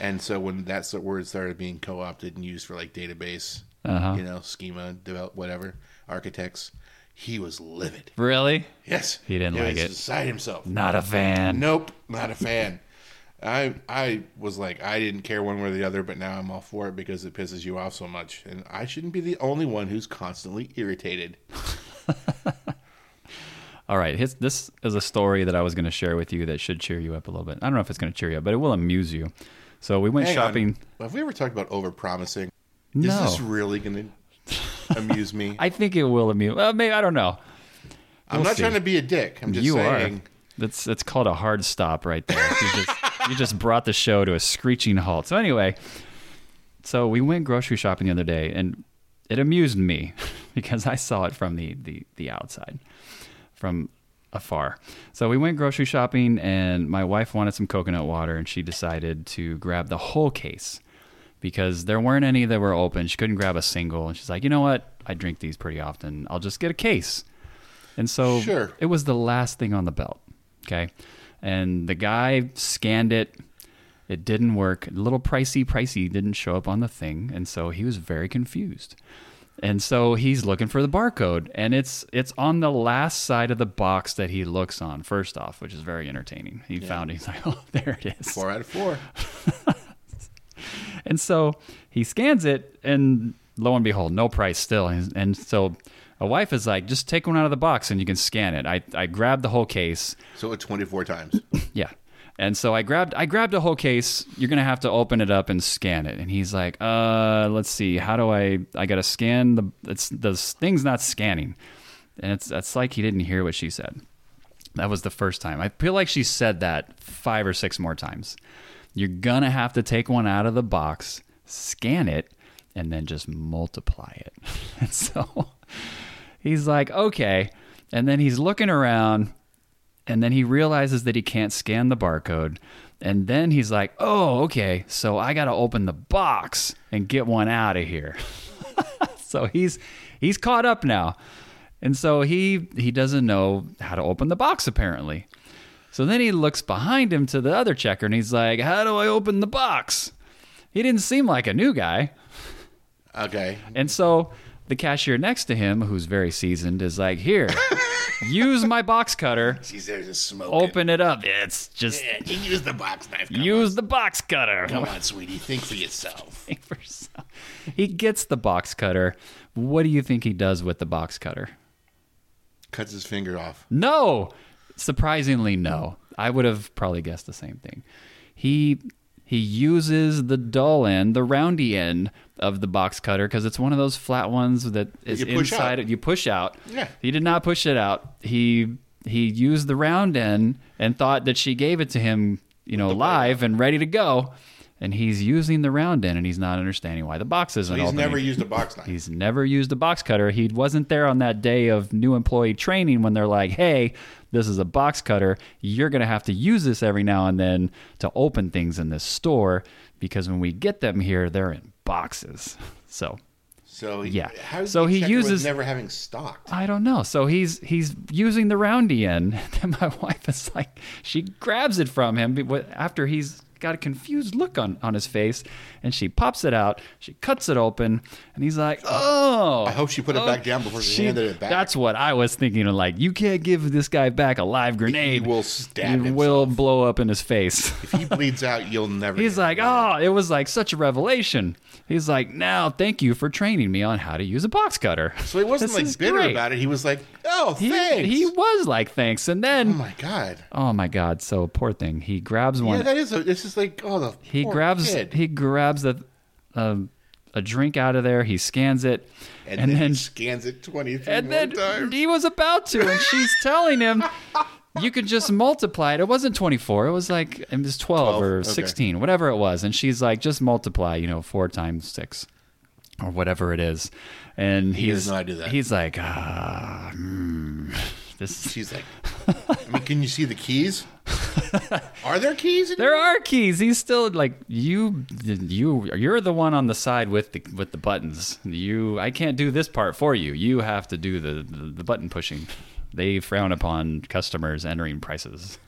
Speaker 1: and so when that sort of word started being co-opted and used for like database,
Speaker 2: Uh-huh.
Speaker 1: you know, schema, develop whatever, architects, he was livid.
Speaker 2: Really?
Speaker 1: Yes,
Speaker 2: He didn't
Speaker 1: He
Speaker 2: like
Speaker 1: was
Speaker 2: it.
Speaker 1: Beside himself.
Speaker 2: Not a fan.
Speaker 1: Nope, not a fan. I I was like I didn't care one way or the other, but now I'm all for it because it pisses you off so much, and I shouldn't be the only one who's constantly irritated.
Speaker 2: All right, his, this is a story that I was going to share with you that should cheer you up a little bit. I don't know if it's going to cheer you up, but it will amuse you. So we went
Speaker 1: Hang on.
Speaker 2: shopping.
Speaker 1: Have we ever talked about overpromising?
Speaker 2: No.
Speaker 1: Is this really
Speaker 2: [LAUGHS]
Speaker 1: going to amuse me?
Speaker 2: I think it will amuse. Well, maybe I don't know.
Speaker 1: I'm
Speaker 2: we'll
Speaker 1: not
Speaker 2: see.
Speaker 1: trying to be a dick. I'm just
Speaker 2: you
Speaker 1: saying.
Speaker 2: are. That's that's called a hard stop right there. You just you just brought the show to a screeching halt. So anyway, so we went grocery shopping the other day, and it amused me [LAUGHS] because I saw it from the the, the outside, from afar. So we went grocery shopping, and my wife wanted some coconut water, and she decided to grab the whole case because there weren't any that were open. She couldn't grab a single, and she's like, you know what? I drink these pretty often. I'll just get a case. And so
Speaker 1: Sure.
Speaker 2: it was the last thing on the belt. Okay. And the guy scanned it. It didn't work. A little pricey, pricey didn't show up on the thing. And so he was very confused. And so he's looking for the barcode. And it's it's on the last side of the box that he looks on, first off, which is very entertaining. He found it. He's like, [LAUGHS] oh, there it is.
Speaker 1: Four out of four.
Speaker 2: And so he scans it, and lo and behold, no price still. And, and so a wife is like, just take one out of the box and you can scan it. I, I grabbed the whole case.
Speaker 1: So it's 24 times.
Speaker 2: Yeah. And so I grabbed I grabbed a whole case. You're gonna have to open it up and scan it. And he's like, uh, let's see, how do I I gotta scan the it's the thing's not scanning. And it's that's like he didn't hear what she said. That was the first time. I feel like she said that five or six more times. You're gonna have to take one out of the box, scan it, and then just multiply it. [LAUGHS] and so he's like, okay. And then he's looking around and then he realizes that he can't scan the barcode. And then he's like, oh, okay, so I got to open the box and get one out of here. [LAUGHS] so he's he's caught up now. And so he he doesn't know how to open the box apparently. So then he looks behind him to the other checker and he's like, "How do I open the box?" He didn't seem like a new guy.
Speaker 1: Okay.
Speaker 2: And so the cashier next to him, who's very seasoned, is like, "Here, use my box cutter."
Speaker 1: She's there just smoking.
Speaker 2: Open it up. It's just
Speaker 1: Yeah, you use the box knife. Come,
Speaker 2: Use the box cutter. [LAUGHS]
Speaker 1: come on, sweetie. Think for yourself.
Speaker 2: he gets the box cutter. What do you think he does with the box cutter?
Speaker 1: Cuts his finger off.
Speaker 2: No. Surprisingly no. I would have probably guessed the same thing. He he uses the dull end, the roundy end of the box cutter because it's one of those flat ones that is
Speaker 1: You push
Speaker 2: inside
Speaker 1: out.
Speaker 2: it. You push out.
Speaker 1: Yeah.
Speaker 2: He did not push it out. He he used the round end and thought that she gave it to him, you know, live and ready to go. and he's using the round end, and he's not understanding why the box isn't.
Speaker 1: He's
Speaker 2: opening.
Speaker 1: never used a box knife.
Speaker 2: He's never used a box cutter. He wasn't there on that day of new employee training when they're like, hey, this is a box cutter. You're going to have to use this every now and then to open things in this store because when we get them here, they're in boxes. [LAUGHS] So
Speaker 1: So he,
Speaker 2: Yeah.
Speaker 1: How
Speaker 2: So he
Speaker 1: check it with
Speaker 2: uses- Uh,
Speaker 1: never having stocked.
Speaker 2: I don't know. So he's he's using the roundy end. [LAUGHS] Then my wife is like, she grabs it from him be- wh- after he's got a confused look on, on his face, and she pops it out. She cuts it open, and he's like, oh.
Speaker 1: I hope she put it back down before she handed it back.
Speaker 2: That's what I was thinking. of, Like, you can't give this guy back a live grenade.
Speaker 1: will stab
Speaker 2: It will blow up in his
Speaker 1: [LAUGHS]
Speaker 2: face.
Speaker 1: If he bleeds out, you'll never.
Speaker 2: He's
Speaker 1: get it.
Speaker 2: like, oh, it was like such a revelation. He's like, now thank you for training me on how to use a box cutter.
Speaker 1: So he wasn't
Speaker 2: This is
Speaker 1: like bitter
Speaker 2: great.
Speaker 1: about it. He was like, oh,
Speaker 2: He,
Speaker 1: thanks.
Speaker 2: he was like, thanks. And
Speaker 1: oh
Speaker 2: then,
Speaker 1: my god.
Speaker 2: oh my God, so poor thing. He grabs one.
Speaker 1: Yeah, that is. A, this is like, oh, the
Speaker 2: he
Speaker 1: poor
Speaker 2: grabs
Speaker 1: kid.
Speaker 2: he grabs a, a, a drink out of there. He scans it.
Speaker 1: and, then, he scans it twenty three
Speaker 2: and then
Speaker 1: times.
Speaker 2: he was about to, and
Speaker 1: [LAUGHS]
Speaker 2: she's telling him, "You could just multiply it. It wasn't 24. It was like it was 12,
Speaker 1: 12,
Speaker 2: or
Speaker 1: okay.
Speaker 2: 16, whatever it was." And she's like, "Just multiply, you know, four times six, or whatever it is." And he's
Speaker 1: does not do that.
Speaker 2: He's like, "Ah, hmm, [LAUGHS] this."
Speaker 1: She's like, I mean, can you see the keys? Are there keys? In
Speaker 2: There are keys. He's still like you. You you're the one on the side with the with the buttons. You I can't do this part for you. You have to do the the, the button pushing. They frown upon customers entering prices.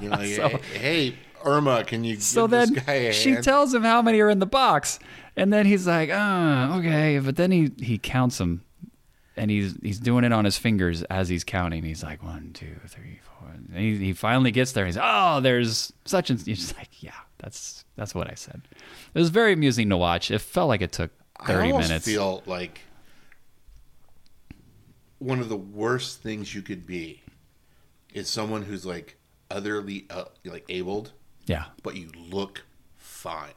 Speaker 1: You
Speaker 2: [LAUGHS]
Speaker 1: know, like, hey, Irma, can you
Speaker 2: so
Speaker 1: give
Speaker 2: then
Speaker 1: this guy a
Speaker 2: she
Speaker 1: hand?
Speaker 2: tells him how many are in the box, and then he's like, "Ah, okay." But then he he counts them, and he's he's doing it on his fingers as he's counting. He's like, one, two, three, four. And he, he finally gets there. And he's, "Oh, there's such and." He's like, "Yeah, that's that's what I said." It was very amusing to watch. It felt like it took
Speaker 1: I
Speaker 2: thirty
Speaker 1: almost
Speaker 2: minutes.
Speaker 1: feel like one of the worst things you could be is someone who's like otherly uh, like abled,
Speaker 2: yeah,
Speaker 1: but you look
Speaker 2: [LAUGHS]
Speaker 1: fine,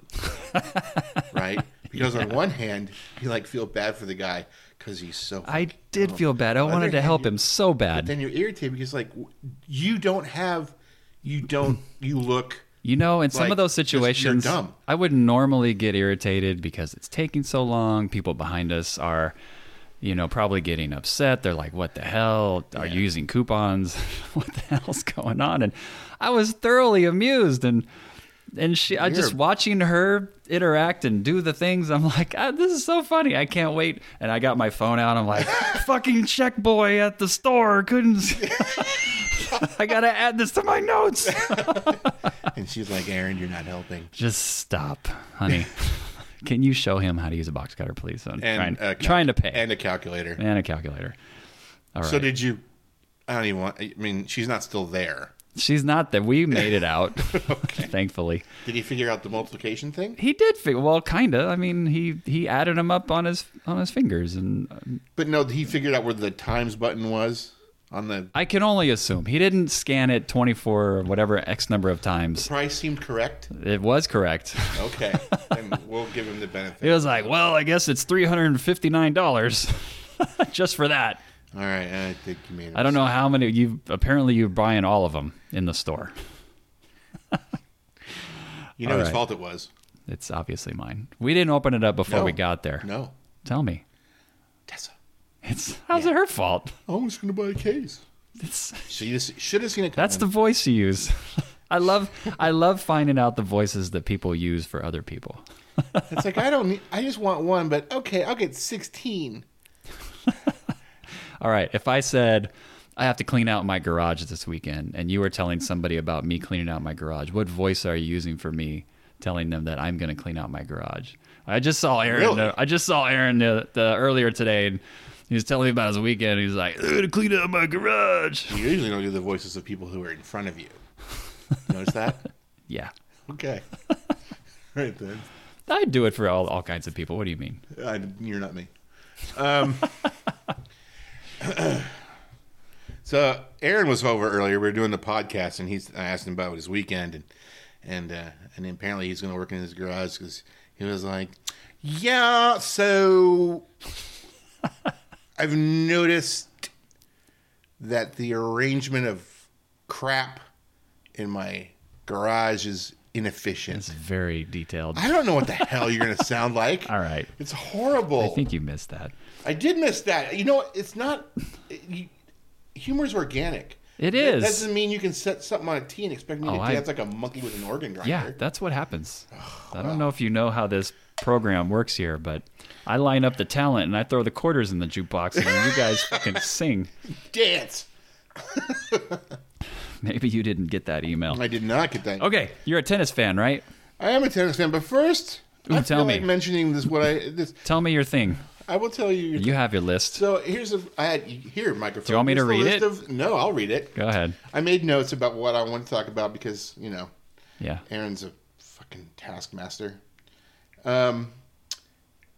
Speaker 1: right? Because on one hand, you like feel bad for the guy because he's so.
Speaker 2: I did
Speaker 1: Oh,
Speaker 2: feel bad. I wanted to
Speaker 1: hand,
Speaker 2: help
Speaker 1: you-
Speaker 2: him so
Speaker 1: but
Speaker 2: bad.
Speaker 1: then you're irritated because like w- you don't have, you
Speaker 2: [LAUGHS]
Speaker 1: don't, you look.
Speaker 2: You know, in some
Speaker 1: Like,
Speaker 2: of those
Speaker 1: just- you're
Speaker 2: situations,
Speaker 1: dumb.
Speaker 2: I would normally get irritated because it's taking so long. People behind us are, you know, probably getting upset. They're like, what the hell? Are you using coupons? [LAUGHS] what the hell's going on? And I was thoroughly amused. And, and she, I just
Speaker 1: You're-
Speaker 2: watching her interact and do the things. I'm like, ah, this is so funny. I can't wait. And I got my phone out.
Speaker 1: [LAUGHS]
Speaker 2: I'm like, fucking check boy at the store. Couldn't, [LAUGHS] I got to add this to my notes.
Speaker 1: And she's like, Aaron, you're not helping.
Speaker 2: Just stop,
Speaker 1: [LAUGHS]
Speaker 2: honey. Can you show him how to use a box cutter, please? I'm
Speaker 1: And
Speaker 2: trying,
Speaker 1: a cal-
Speaker 2: trying to pay. And,
Speaker 1: And a calculator.
Speaker 2: a calculator. All right.
Speaker 1: So did you? I don't even want. I mean, she's not still there.
Speaker 2: She's not that we made
Speaker 1: [LAUGHS]
Speaker 2: it out, [LAUGHS] thankfully.
Speaker 1: Did he figure out the multiplication thing?
Speaker 2: He did figure. Well, kinda. I mean, he he added them up on his on his fingers, and um,
Speaker 1: But no, he figured out where the times button was on the
Speaker 2: I can only assume he didn't scan it twenty four or whatever x number of times.
Speaker 1: price. Seemed correct.
Speaker 2: It was correct. [LAUGHS]
Speaker 1: Okay, then we'll give him the benefit.
Speaker 2: It was like, well, I guess it's three hundred and fifty nine dollars [LAUGHS] just for that.
Speaker 1: All right, I think you made. It.
Speaker 2: I don't know how many you apparently you're buying all of them in the store.
Speaker 1: You know whose
Speaker 2: All right.
Speaker 1: fault it was.
Speaker 2: It's obviously mine. We didn't open it up before
Speaker 1: No.
Speaker 2: we got there.
Speaker 1: No,
Speaker 2: Tell me.
Speaker 1: Tessa.
Speaker 2: It's how's it her fault?
Speaker 1: I was going to buy a case.
Speaker 2: It's,
Speaker 1: So you just should have seen it. Coming.
Speaker 2: that's the voice you use. [LAUGHS] I love I love finding out the voices that people use for other people.
Speaker 1: It's like I don't. Need, I just want one, but okay, I'll get sixteen.
Speaker 2: All right, if I said I have to clean out my garage this weekend and you were telling somebody about me cleaning out my garage, what voice are you using for me telling them that I'm going to clean out my garage? I just saw Aaron
Speaker 1: Really?
Speaker 2: uh, I just saw Aaron the, the earlier today and he was telling me about his weekend. He's like, "I gotta clean out my garage."
Speaker 1: You usually don't do the voices of people who are in front of you. Notice [LAUGHS] that?
Speaker 2: Yeah.
Speaker 1: Okay. [LAUGHS] right then.
Speaker 2: I'd do it for all, all kinds of people. What do you mean?
Speaker 1: I, you're not me. Um, [LAUGHS] so Aaron was over earlier. We were doing the podcast, and he's. I asked him about his weekend, and and uh, and apparently he's going to work in his garage because he was like, "Yeah, so [LAUGHS] I've noticed that the arrangement of crap in my garage is inefficient.
Speaker 2: It's very detailed.
Speaker 1: I don't know what the hell you're going to sound like.
Speaker 2: [LAUGHS] All right.
Speaker 1: It's horrible.
Speaker 2: I think you missed that.
Speaker 1: I did miss that. You know, what? it's not. it- you- Humor's organic.
Speaker 2: It
Speaker 1: That-
Speaker 2: is.
Speaker 1: That doesn't mean you can set something on a tee and expect me
Speaker 2: Oh,
Speaker 1: to
Speaker 2: I-
Speaker 1: dance like a monkey with an organ grinder.
Speaker 2: Yeah, that's what happens. I don't know if you know how this program works here, but I line up the talent and I throw the quarters in the jukebox and
Speaker 1: [LAUGHS]
Speaker 2: you guys fucking sing.
Speaker 1: Dance.
Speaker 2: Maybe you didn't get that email.
Speaker 1: I did not get that.
Speaker 2: Okay, you're a tennis fan, right?
Speaker 1: I am a tennis fan, but first,
Speaker 2: Ooh,
Speaker 1: I
Speaker 2: tell
Speaker 1: feel
Speaker 2: me.
Speaker 1: like mentioning this. What I this
Speaker 2: Tell me your thing.
Speaker 1: I will tell you.
Speaker 2: You have your list.
Speaker 1: so here's a I had here microphone. Do
Speaker 2: you want me to read it?
Speaker 1: Of, no, I'll read it.
Speaker 2: Go ahead.
Speaker 1: I made notes about what I want to talk about because you know
Speaker 2: Yeah.
Speaker 1: Aaron's a fucking taskmaster. Um,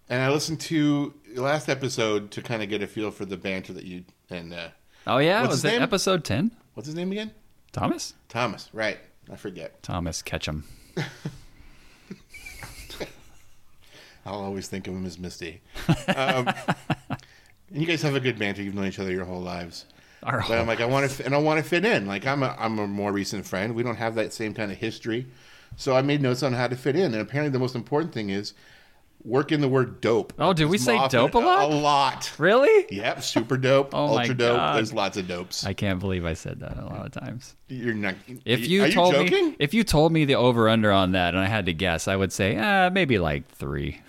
Speaker 1: and I listened to the last episode to kind of get a feel for the banter that you and uh,
Speaker 2: Oh yeah,
Speaker 1: What's
Speaker 2: was
Speaker 1: his
Speaker 2: that
Speaker 1: name?
Speaker 2: episode 10?
Speaker 1: what's his name again?
Speaker 2: Thomas?
Speaker 1: Thomas, right? I forget.
Speaker 2: Thomas Ketchum.
Speaker 1: I'll always think of him as
Speaker 2: [LAUGHS]
Speaker 1: Misty. Um, and you guys have a good banter. You've known each other your whole lives.
Speaker 2: Our
Speaker 1: But I'm like, I want to, and I want to fit in. Like, I'm a, I'm a more recent friend. We don't have that same kind of history, so I made notes on how to fit in. And apparently, the most important thing is work in the word dope.
Speaker 2: Oh, did we
Speaker 1: It's
Speaker 2: say
Speaker 1: more often-
Speaker 2: dope a lot?
Speaker 1: A lot.
Speaker 2: Really?
Speaker 1: Yep, super dope,
Speaker 2: Oh my
Speaker 1: ultra dope.
Speaker 2: God.
Speaker 1: There's lots of dopes.
Speaker 2: I can't believe I said that a lot of times.
Speaker 1: You're not.
Speaker 2: If you
Speaker 1: are
Speaker 2: told
Speaker 1: you joking?
Speaker 2: me if you told me the over under on that and I had to guess, I would say uh, maybe like 3.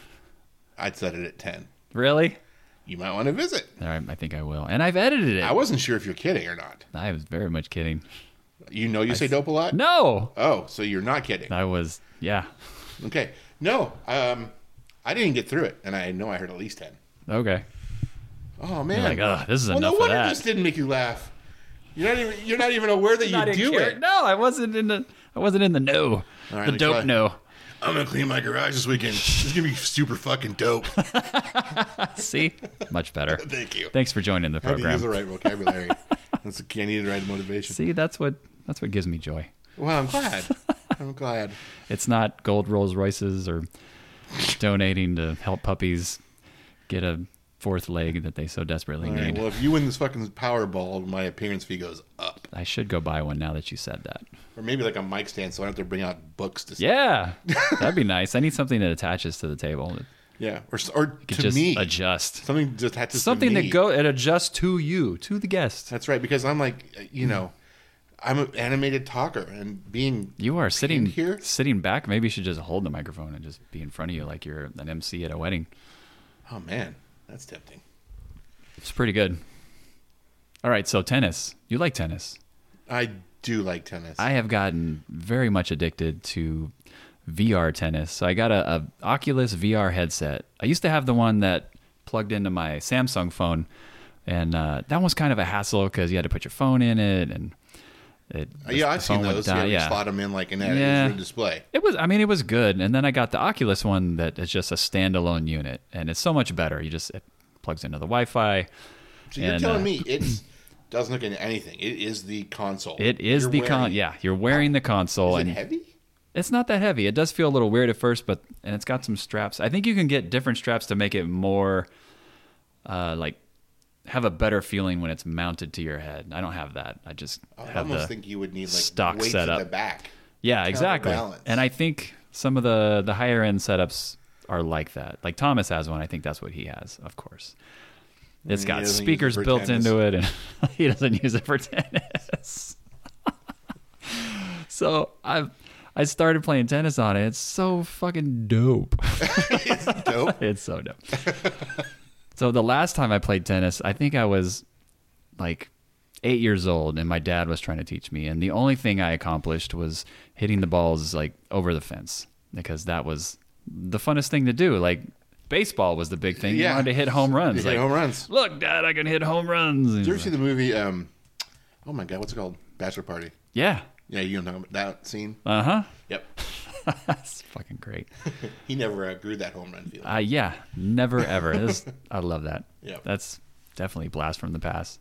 Speaker 1: I'd set it at ten.
Speaker 2: Really?
Speaker 1: You might want to visit.
Speaker 2: All right, I think I will. And I've edited it.
Speaker 1: I
Speaker 2: I
Speaker 1: wasn't sure if you're kidding or not.
Speaker 2: was very much kidding.
Speaker 1: You know, you say dope a lot.
Speaker 2: No.
Speaker 1: Oh, so you're not kidding?
Speaker 2: I was yeah.
Speaker 1: Okay. No, um, I didn't get through it, and I know I heard at least ten.
Speaker 2: Okay.
Speaker 1: Oh man,
Speaker 2: like, "Ugh, this is
Speaker 1: well,
Speaker 2: enough
Speaker 1: no
Speaker 2: of
Speaker 1: wonder
Speaker 2: that."
Speaker 1: this didn't make you laugh. You're not even you're not even aware that
Speaker 2: Not
Speaker 1: you
Speaker 2: in
Speaker 1: do
Speaker 2: char-
Speaker 1: it.
Speaker 2: No, I wasn't in the I wasn't in the
Speaker 1: All
Speaker 2: no.
Speaker 1: right,
Speaker 2: the
Speaker 1: let me
Speaker 2: dope
Speaker 1: try.
Speaker 2: no.
Speaker 1: I'm gonna clean my garage this weekend. It's gonna be super fucking
Speaker 2: [LAUGHS]
Speaker 1: dope.
Speaker 2: See?
Speaker 1: [LAUGHS]
Speaker 2: Much better.
Speaker 1: Thank you.
Speaker 2: Thanks for joining the
Speaker 1: I had to use the
Speaker 2: program.
Speaker 1: right
Speaker 2: [LAUGHS]
Speaker 1: vocabulary. That's I needed the right motivation.
Speaker 2: See, that's what that's what gives me joy.
Speaker 1: Well, I'm
Speaker 2: [LAUGHS]
Speaker 1: glad. I'm glad.
Speaker 2: It's not gold Rolls Royces or donating to help puppies get a fourth leg that they so desperately
Speaker 1: All right.
Speaker 2: need.
Speaker 1: Well, if you win this fucking Powerball, my appearance fee goes up,
Speaker 2: I should go buy one now that you said that.
Speaker 1: or maybe like a mic stand, so I don't have to bring out books to.
Speaker 2: Yeah, [LAUGHS] that'd be nice. I need something that attaches to the table.
Speaker 1: Yeah. Or s- or
Speaker 2: It
Speaker 1: to
Speaker 2: just
Speaker 1: me,
Speaker 2: adjust.
Speaker 1: something just had to
Speaker 2: Something
Speaker 1: to
Speaker 2: that
Speaker 1: me.
Speaker 2: go it adjusts to you, to the guest.
Speaker 1: That's right, because I'm like, you know, I'm an animated talker, and being
Speaker 2: You are sitting
Speaker 1: here?
Speaker 2: sitting back. Maybe you should just hold the microphone and just be in front of you like you're an MC at a wedding.
Speaker 1: oh man, that's tempting.
Speaker 2: It's pretty good. All right, so tennis. You like tennis?
Speaker 1: I do like tennis.
Speaker 2: I have gotten very much addicted to VR tennis. So I got a, a Oculus VR headset. I used to have the one that plugged into my Samsung phone, and uh, that was kind of a hassle because you had to put your phone in it, and it
Speaker 1: Uh, yeah,
Speaker 2: the
Speaker 1: I've seen
Speaker 2: phone would
Speaker 1: those.
Speaker 2: die.
Speaker 1: Yeah, yeah.
Speaker 2: yeah.
Speaker 1: slot them in like an that
Speaker 2: Yeah.
Speaker 1: yeah. display.
Speaker 2: It was. I mean, it was good. And then I got the Oculus one that is just a standalone unit, and it's so much better. You just it plugs into the Wi-Fi.
Speaker 1: So you're
Speaker 2: And,
Speaker 1: telling
Speaker 2: uh, [CLEARS THROAT]
Speaker 1: me it's doesn't look into anything. It is the console.
Speaker 2: It is
Speaker 1: You're
Speaker 2: the
Speaker 1: wearing-
Speaker 2: con. Yeah, you're wearing the console,
Speaker 1: Is it
Speaker 2: and
Speaker 1: heavy?
Speaker 2: it's not that heavy. It does feel a little weird at first, but and it's got some straps. I think you can get different straps to make it more, uh, like have a better feeling when it's mounted to your head. I don't have that. I just
Speaker 1: I
Speaker 2: have
Speaker 1: almost
Speaker 2: the
Speaker 1: think you would need like
Speaker 2: stock
Speaker 1: weights
Speaker 2: setup.
Speaker 1: at the
Speaker 2: [LAUGHS]
Speaker 1: back.
Speaker 2: yeah, exactly.
Speaker 1: counterbalance.
Speaker 2: And I think some of the the higher end setups are like that. Like Thomas has one. I think that's what he has. Of course, it's
Speaker 1: he
Speaker 2: got
Speaker 1: doesn't use it
Speaker 2: speakers
Speaker 1: for
Speaker 2: built
Speaker 1: tennis.
Speaker 2: into it, and [LAUGHS] he doesn't use it for tennis. [LAUGHS] so I I started playing tennis on it. It's so fucking dope. [LAUGHS]
Speaker 1: it's dope.
Speaker 2: It's so dumb. [LAUGHS] so the last time I played tennis, I think I was like eight years old, and my dad was trying to teach me. And the only thing I accomplished was hitting the balls like over the fence because that was the funnest thing to do. Like baseball was the big thing. You
Speaker 1: Yeah.
Speaker 2: wanted to hit home runs.
Speaker 1: Hit
Speaker 2: like,
Speaker 1: home runs.
Speaker 2: Look, Dad, I can hit home runs. And
Speaker 1: Did you ever
Speaker 2: he's
Speaker 1: see
Speaker 2: like,
Speaker 1: the movie? Um, oh my god, what's it called? Bachelor Party.
Speaker 2: yeah.
Speaker 1: Yeah, you know that
Speaker 2: [LAUGHS]
Speaker 1: scene.
Speaker 2: Uh huh.
Speaker 1: Yep.
Speaker 2: That's fucking great.
Speaker 1: He never uh, grew that home run field.
Speaker 2: Uh, yeah, never ever. This,
Speaker 1: [LAUGHS]
Speaker 2: I love that.
Speaker 1: Yep. Mm-hmm.
Speaker 2: That's definitely a blast from the past.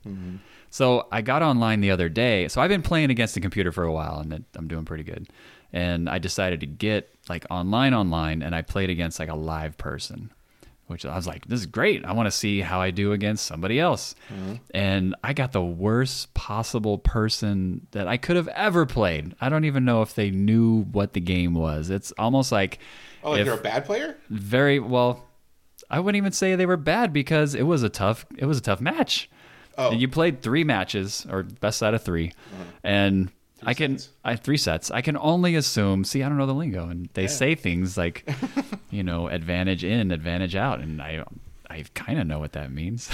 Speaker 2: So I got online the other day. So I've been playing against the computer for a while, and it, I'm doing pretty good. And I decided to get like online, online, and I played against like a live person, which I was like, this is great. I want to see how I do against somebody else.
Speaker 1: Mm-hmm.
Speaker 2: And I got the worst possible person that I could have ever played. I don't even know if they knew what the game was. It's almost like
Speaker 1: Oh, like
Speaker 2: if-
Speaker 1: you're a bad player?
Speaker 2: very well i wouldn't even say they were bad because it was a tough it was a tough match
Speaker 1: Oh. Uh-huh.
Speaker 2: you played three matches or best out of 3 and i can
Speaker 1: sets.
Speaker 2: i three sets i can only assume see i don't know the lingo and they say
Speaker 1: [LAUGHS]
Speaker 2: things like you know advantage in advantage out and i i kind of know what that means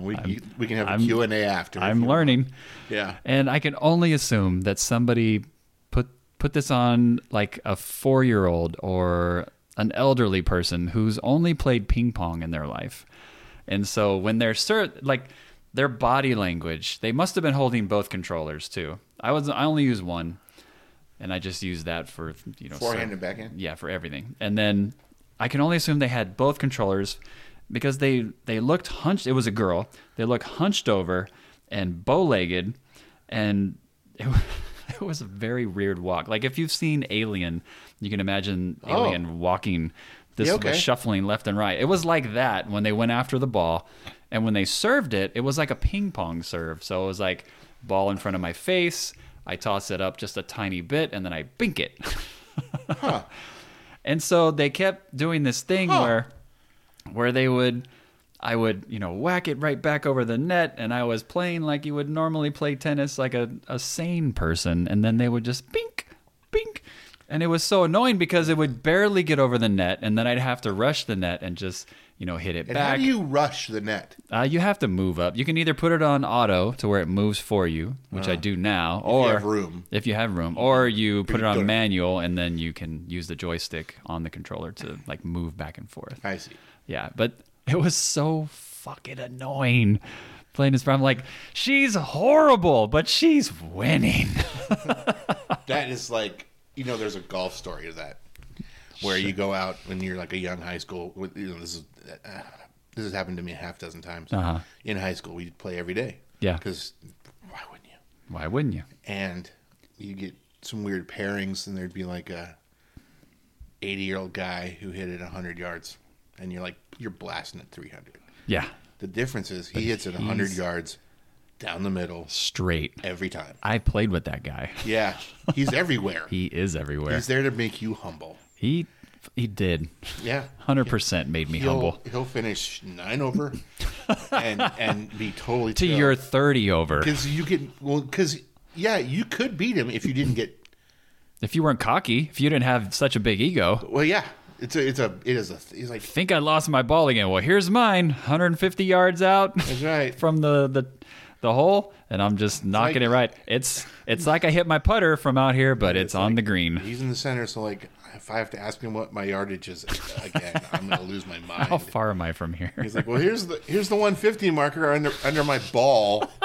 Speaker 1: We, you- we can have a Q&A after. if
Speaker 2: i'm
Speaker 1: you-
Speaker 2: learning
Speaker 1: Yeah.
Speaker 2: and I can only assume that somebody put put this on like a four year old or an elderly person who's only played ping pong in their life, and so when they're ser- like their body language, they must have been holding both controllers too. I was I only use one, and I just use that for you know
Speaker 1: Forehand
Speaker 2: cer-
Speaker 1: and backhand?
Speaker 2: yeah, for everything. And then I can only assume they had both controllers because they they looked hunched. It was a girl. They looked hunched over and bow legged, and [LAUGHS] it, wa- it was a very weird walk. Like if you've seen Alien, you can imagine
Speaker 1: Oh.
Speaker 2: Alien walking this
Speaker 1: Yeah, okay.
Speaker 2: shuffling left and right. It was like that when they went after the ball, and when they served it, it was like a ping pong serve. So it was like ball in front of my face. I toss it up just a tiny bit, and then I bink it. [LAUGHS] And so they kept doing this thing
Speaker 1: Huh.
Speaker 2: where where they would I would, you know, whack it right back over the net and I was playing like you would normally play tennis like a, a sane person and then they would just bink, bink. And it was so annoying because it would barely get over the net and then I'd have to rush the net and just, you know, hit it
Speaker 1: And how
Speaker 2: back.
Speaker 1: do you rush the net?
Speaker 2: uh, you have to move up. You can either put it on auto to where it moves for you, which I do now, or
Speaker 1: Uh-huh. have room.
Speaker 2: if you have room, or you put it
Speaker 1: go
Speaker 2: on
Speaker 1: to-
Speaker 2: manual and then you can use the joystick on the controller to like move back and forth.
Speaker 1: I see.
Speaker 2: Yeah, but [LAUGHS] it was so fucking annoying playing this. I'm like, she's horrible, but she's winning. [LAUGHS]
Speaker 1: That is like you know, there's a golf story of that where you go out when you're like a young high school. With, you know, this is uh, this has happened to me a half dozen times
Speaker 2: Uh-huh.
Speaker 1: in high school. We'd play every day.
Speaker 2: Yeah.
Speaker 1: because why wouldn't you?
Speaker 2: Why wouldn't you?
Speaker 1: And you get some weird pairings, and there'd be like a 80 year old guy who hit it 100 yards, and you're like you're blasting at 300.
Speaker 2: Yeah,
Speaker 1: The difference is he hits it 100
Speaker 2: he's-
Speaker 1: yards down the middle
Speaker 2: straight.
Speaker 1: every time.
Speaker 2: I played with that guy.
Speaker 1: Yeah, he's
Speaker 2: [LAUGHS]
Speaker 1: everywhere.
Speaker 2: He is everywhere.
Speaker 1: He's there to make you humble.
Speaker 2: he he did.
Speaker 1: Yeah.
Speaker 2: 100% made me
Speaker 1: He'll,
Speaker 2: humble.
Speaker 1: he'll finish nine over and and be totally
Speaker 2: [LAUGHS]
Speaker 1: [LAUGHS]
Speaker 2: To your 30 over.
Speaker 1: because you can well because yeah you could beat him if you didn't get
Speaker 2: If you weren't cocky, if you didn't have such a big ego,
Speaker 1: well yeah it's a it's a it is a he's like
Speaker 2: think I lost my ball again. Well, here's mine, 150 yards out [LAUGHS]
Speaker 1: that's right
Speaker 2: from the the the hole, and I'm just knocking
Speaker 1: like-
Speaker 2: it right. It's it's like I hit my putter from out here, but it's, on the
Speaker 1: [LAUGHS]
Speaker 2: green.
Speaker 1: he's in the center so like if I have to ask him what my yardage is again I'm gonna lose
Speaker 2: [LAUGHS]
Speaker 1: my mind
Speaker 2: How far am I from here?
Speaker 1: he's like well here's the here's the 150 marker under under my ball
Speaker 2: [LAUGHS]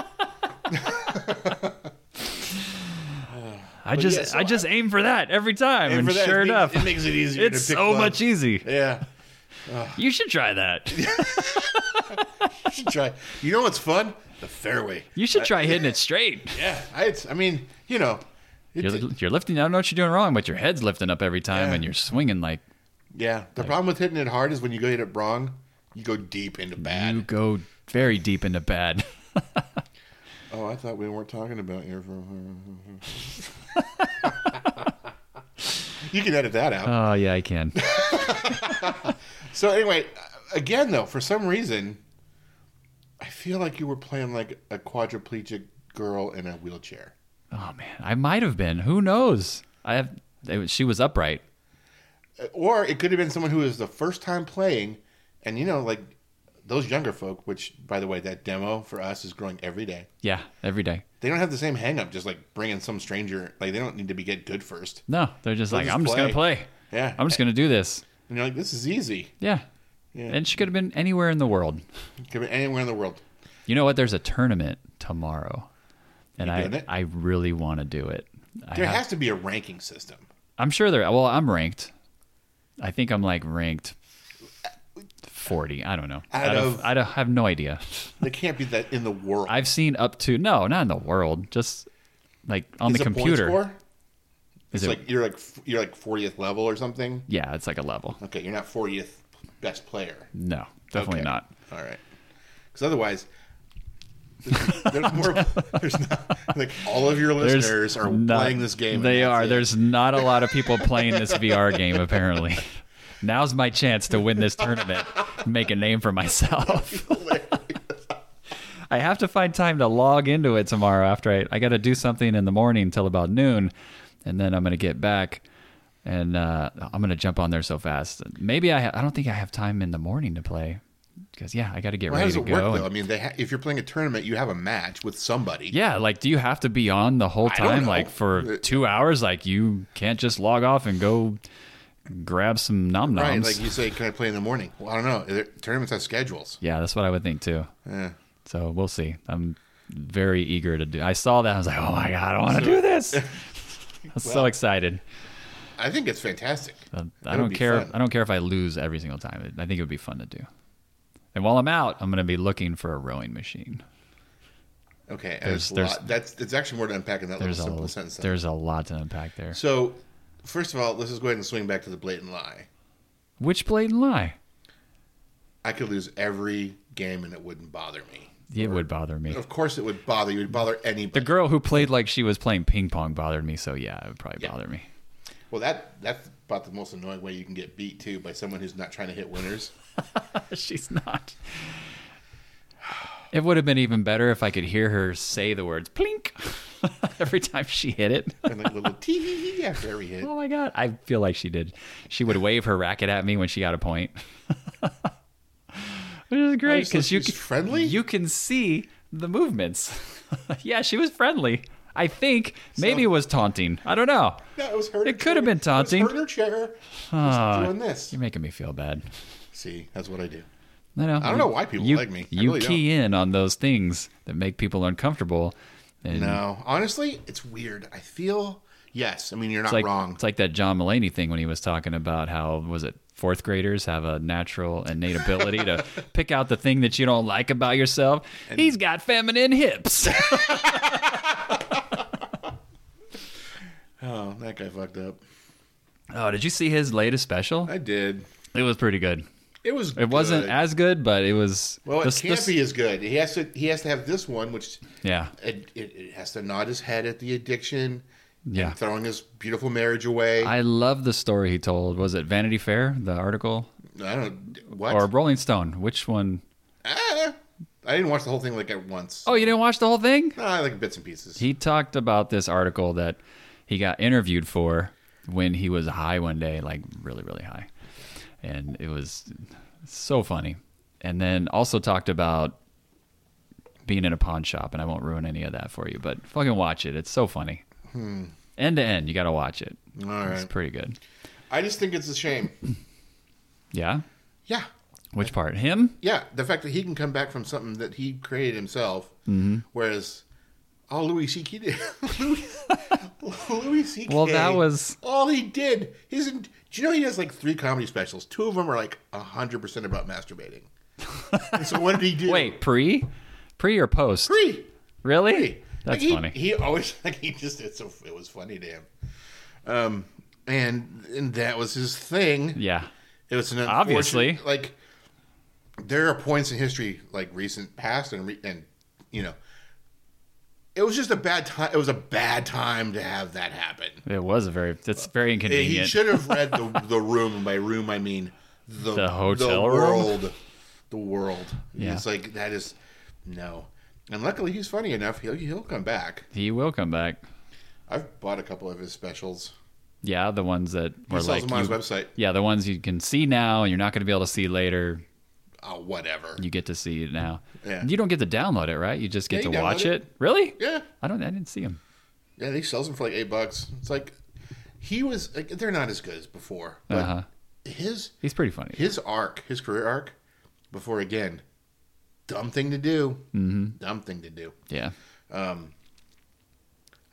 Speaker 2: I just
Speaker 1: yeah, so
Speaker 2: I just aim for that every time,
Speaker 1: And
Speaker 2: and
Speaker 1: for that,
Speaker 2: sure
Speaker 1: it
Speaker 2: enough,
Speaker 1: makes, it makes it easier
Speaker 2: it's
Speaker 1: to pick
Speaker 2: so
Speaker 1: love.
Speaker 2: much e-, easy.
Speaker 1: [LAUGHS] yeah
Speaker 2: You should try that.
Speaker 1: you should try you know what's fun the fairway
Speaker 2: You should try hitting it straight.
Speaker 1: [LAUGHS] yeah I, it's, I mean you know it,
Speaker 2: You're, you're lifting. I don't know what you're doing wrong, but your head's lifting up every time,
Speaker 1: Yeah.
Speaker 2: and you're swinging like
Speaker 1: Yeah, the problem with hitting it hard is when you go hit it wrong, you go deep into bad.
Speaker 2: you go very deep into bad. [LAUGHS]
Speaker 1: Oh, I thought we weren't talking about your. [LAUGHS] you can edit that out.
Speaker 2: Oh yeah, I can.
Speaker 1: So anyway, uh, again though, for some reason, I feel like you were playing like a quadriplegic girl in a wheelchair.
Speaker 2: Oh man, I might have been. Who knows? I have. It, was- she was upright.
Speaker 1: Or it could have been someone who was the first time playing, and you know, like those younger folk. Which, by the way, that demo for us is growing every day.
Speaker 2: Yeah, every day.
Speaker 1: They don't have the same hang up. Just like bringing some stranger, like they don't need to be get good first.
Speaker 2: No, they're just like,
Speaker 1: just
Speaker 2: I'm just gonna play.
Speaker 1: Yeah.
Speaker 2: I'm just gonna do this.
Speaker 1: And you're like, this is easy.
Speaker 2: Yeah.
Speaker 1: Yeah.
Speaker 2: And she could have been anywhere in the world.
Speaker 1: It Could be anywhere in the world.
Speaker 2: You know what? There's a tournament tomorrow, and
Speaker 1: doing
Speaker 2: I
Speaker 1: it?
Speaker 2: I really want to do it. I
Speaker 1: There
Speaker 2: have-
Speaker 1: has to be a ranking system.
Speaker 2: I'm sure there. Well, I'm ranked. I think I'm like ranked. 40 i don't know
Speaker 1: Out of-
Speaker 2: i don't have no idea
Speaker 1: There can't be that in the world.
Speaker 2: i've seen up to no not in the world just like on
Speaker 1: Is
Speaker 2: the
Speaker 1: it point
Speaker 2: computer
Speaker 1: score? It's
Speaker 2: Is it-
Speaker 1: like you're like f- you're like 40th level or something.
Speaker 2: yeah it's like a level
Speaker 1: Okay, you're not 40th best player.
Speaker 2: No, definitely
Speaker 1: Okay.
Speaker 2: not.
Speaker 1: All right. Because otherwise, there's, there's
Speaker 2: [LAUGHS]
Speaker 1: more. There's not like all of your
Speaker 2: There's
Speaker 1: listeners are
Speaker 2: not-
Speaker 1: playing this game. and
Speaker 2: They
Speaker 1: that's
Speaker 2: are.
Speaker 1: it. [LAUGHS]
Speaker 2: There's not a lot of people playing this VR game apparently. Now's my chance to win this tournament, and make a name for myself. [LAUGHS] I have to find time to log into it tomorrow after I, I got to do something in the morning till about noon, and then I'm gonna get back, and uh, I'm gonna jump on there so fast. Maybe I ha- I don't think I have time in the morning to play because yeah, I got to get
Speaker 1: Well, how
Speaker 2: ready
Speaker 1: does
Speaker 2: to
Speaker 1: it
Speaker 2: go.
Speaker 1: work
Speaker 2: and-
Speaker 1: though? I mean, they ha- if you're playing a tournament, you have a match with somebody.
Speaker 2: yeah, like do you have to be on the whole
Speaker 1: don't
Speaker 2: time
Speaker 1: know. Uh,
Speaker 2: like for 2 hours like you can't just log off and go grab some nom noms.
Speaker 1: Right, like you say, can I play in the morning? Well, I don't know. There- Tournaments have schedules. Eh.
Speaker 2: yeah, that's what I would think too.
Speaker 1: Yeah.
Speaker 2: So we'll see. I'm very eager to do. I saw that I was like, "Oh my god, I want to do
Speaker 1: [LAUGHS]
Speaker 2: this." [LAUGHS] I'm so excited.
Speaker 1: I think it's fantastic.
Speaker 2: Uh, I
Speaker 1: It'll
Speaker 2: don't
Speaker 1: be
Speaker 2: care.
Speaker 1: fun.
Speaker 2: I don't care if I lose every single time. It- I think it would be fun to do. And while I'm out, I'm going to be looking for a rowing machine.
Speaker 1: Okay,
Speaker 2: There's-
Speaker 1: there's,
Speaker 2: there's-
Speaker 1: that's it's actually more to unpack in that little
Speaker 2: There's
Speaker 1: simple
Speaker 2: a
Speaker 1: sentence.
Speaker 2: there's a lot to unpack there.
Speaker 1: So, first of all, let's just go ahead and swing back to the blatant lie.
Speaker 2: Which blatant lie?
Speaker 1: I could lose every game and it wouldn't bother me.
Speaker 2: It would bother me.
Speaker 1: Of course, it would bother you. It would bother
Speaker 2: The
Speaker 1: anybody.
Speaker 2: girl who played like she was playing ping pong bothered me, so yeah, it would probably
Speaker 1: Yeah.
Speaker 2: bother me.
Speaker 1: well, that that's about the most annoying way you can get beat too by someone who's not trying to hit winners.
Speaker 2: [LAUGHS] She's not. It would have been even better if I could hear her say the words plink [LAUGHS] every time she hit it. [LAUGHS]
Speaker 1: and like little [LAUGHS] tee hee hee after every hit.
Speaker 2: oh my god, I feel like she did. She would wave her racket at me when she got a point. [LAUGHS] Which is great
Speaker 1: just like,
Speaker 2: because you
Speaker 1: Oh, "She's
Speaker 2: can-
Speaker 1: friendly?"
Speaker 2: You can see the movements. [LAUGHS] yeah, she was friendly. I think maybe it was taunting. I don't know.
Speaker 1: No, it was her.
Speaker 2: It could have been taunting.
Speaker 1: It was her chair. Just doing this.
Speaker 2: You're making me feel bad.
Speaker 1: See, that's what I do.
Speaker 2: I know.
Speaker 1: I don't know why people
Speaker 2: you,
Speaker 1: like me. I
Speaker 2: You
Speaker 1: really
Speaker 2: key in on those things that make people uncomfortable. And
Speaker 1: No, honestly, it's weird. I feel yes. I mean, you're not
Speaker 2: it's like
Speaker 1: wrong.
Speaker 2: it's like that John Mulaney thing when he was talking about how was it fourth graders have a natural innate
Speaker 1: [LAUGHS]
Speaker 2: ability to pick out the thing that you don't like about yourself. He's got
Speaker 1: [LAUGHS]
Speaker 2: feminine hips.
Speaker 1: Oh, that guy fucked up.
Speaker 2: oh, did you see his latest special?
Speaker 1: I did.
Speaker 2: It was pretty good.
Speaker 1: It was.
Speaker 2: It wasn't as good, but it was.
Speaker 1: well. It
Speaker 2: this-
Speaker 1: can't
Speaker 2: this-
Speaker 1: be as good. He has to. He has to have this one, which
Speaker 2: Yeah,
Speaker 1: it, it, it has to nod his head at the addiction.
Speaker 2: Yeah.
Speaker 1: and throwing his beautiful marriage away. I,
Speaker 2: I love the story he told. Was it Vanity Fair, the article,
Speaker 1: don't. What?
Speaker 2: or Rolling Stone? Which one?
Speaker 1: Ah, I didn't watch the whole thing like at once.
Speaker 2: Oh, you didn't watch the whole thing?
Speaker 1: No, I like bits and pieces.
Speaker 2: He talked about this article that he got interviewed for when he was high one day, like really, really high. And it was so funny. And then also talked about being in a pawn shop, and I won't ruin any of that for you, but fucking watch it. It's so funny. End to end, you got to watch it.
Speaker 1: Hmm. All
Speaker 2: It's
Speaker 1: right.
Speaker 2: pretty good.
Speaker 1: I just think it's a shame. [LAUGHS]
Speaker 2: Yeah?
Speaker 1: Yeah.
Speaker 2: Which part? Him?
Speaker 1: Yeah, the fact that he can come back from something that he created himself,
Speaker 2: Mm-hmm.
Speaker 1: whereas all Louis C.K. did, [LAUGHS] Louis, Louis C.K.
Speaker 2: Well, that was-
Speaker 1: all he did. He's in, do you know he has like three comedy specials? Two of them are like hundred percent about
Speaker 2: [LAUGHS]
Speaker 1: masturbating. And so what did he do?
Speaker 2: Wait, pre? Pre or post?
Speaker 1: three.
Speaker 2: Really?
Speaker 1: Three.
Speaker 2: [LAUGHS]
Speaker 1: Like,
Speaker 2: That's
Speaker 1: he,
Speaker 2: funny.
Speaker 1: He always [LAUGHS] like he just it's so it was funny to him, um, and and that was his thing.
Speaker 2: yeah.
Speaker 1: It was an unfortunate-
Speaker 2: Obviously.
Speaker 1: like there are points in history, like recent past, and re- and you know, it was just a bad time. It was a bad time to have that happen.
Speaker 2: It was a very, that's very inconvenient.
Speaker 1: He should
Speaker 2: [LAUGHS]
Speaker 1: have read the the room. And by room, I mean the
Speaker 2: The hotel room?
Speaker 1: world, the world.
Speaker 2: Yeah.
Speaker 1: It's like that is no. And luckily, he's funny enough. He'll he'll come back.
Speaker 2: he will come back.
Speaker 1: I've bought a couple of his specials.
Speaker 2: Yeah, the ones that
Speaker 1: He
Speaker 2: were
Speaker 1: sells
Speaker 2: like,
Speaker 1: them on his
Speaker 2: you-
Speaker 1: website.
Speaker 2: yeah, the ones you can see now and you're not going to be able to see later.
Speaker 1: Oh, whatever.
Speaker 2: You get to see it now.
Speaker 1: Yeah.
Speaker 2: You don't get to download it, right? You just get
Speaker 1: Yeah, you
Speaker 2: to
Speaker 1: download
Speaker 2: watch it.
Speaker 1: it.
Speaker 2: Really?
Speaker 1: yeah.
Speaker 2: I don't. I didn't see him.
Speaker 1: Yeah, he sells them for like eight bucks. It's like he was like they're not as good as before. But
Speaker 2: Uh-huh.
Speaker 1: his
Speaker 2: He's pretty funny.
Speaker 1: his arc, his career arc, before again, dumb thing to do. Mm-hmm. Dumb thing to do.
Speaker 2: yeah.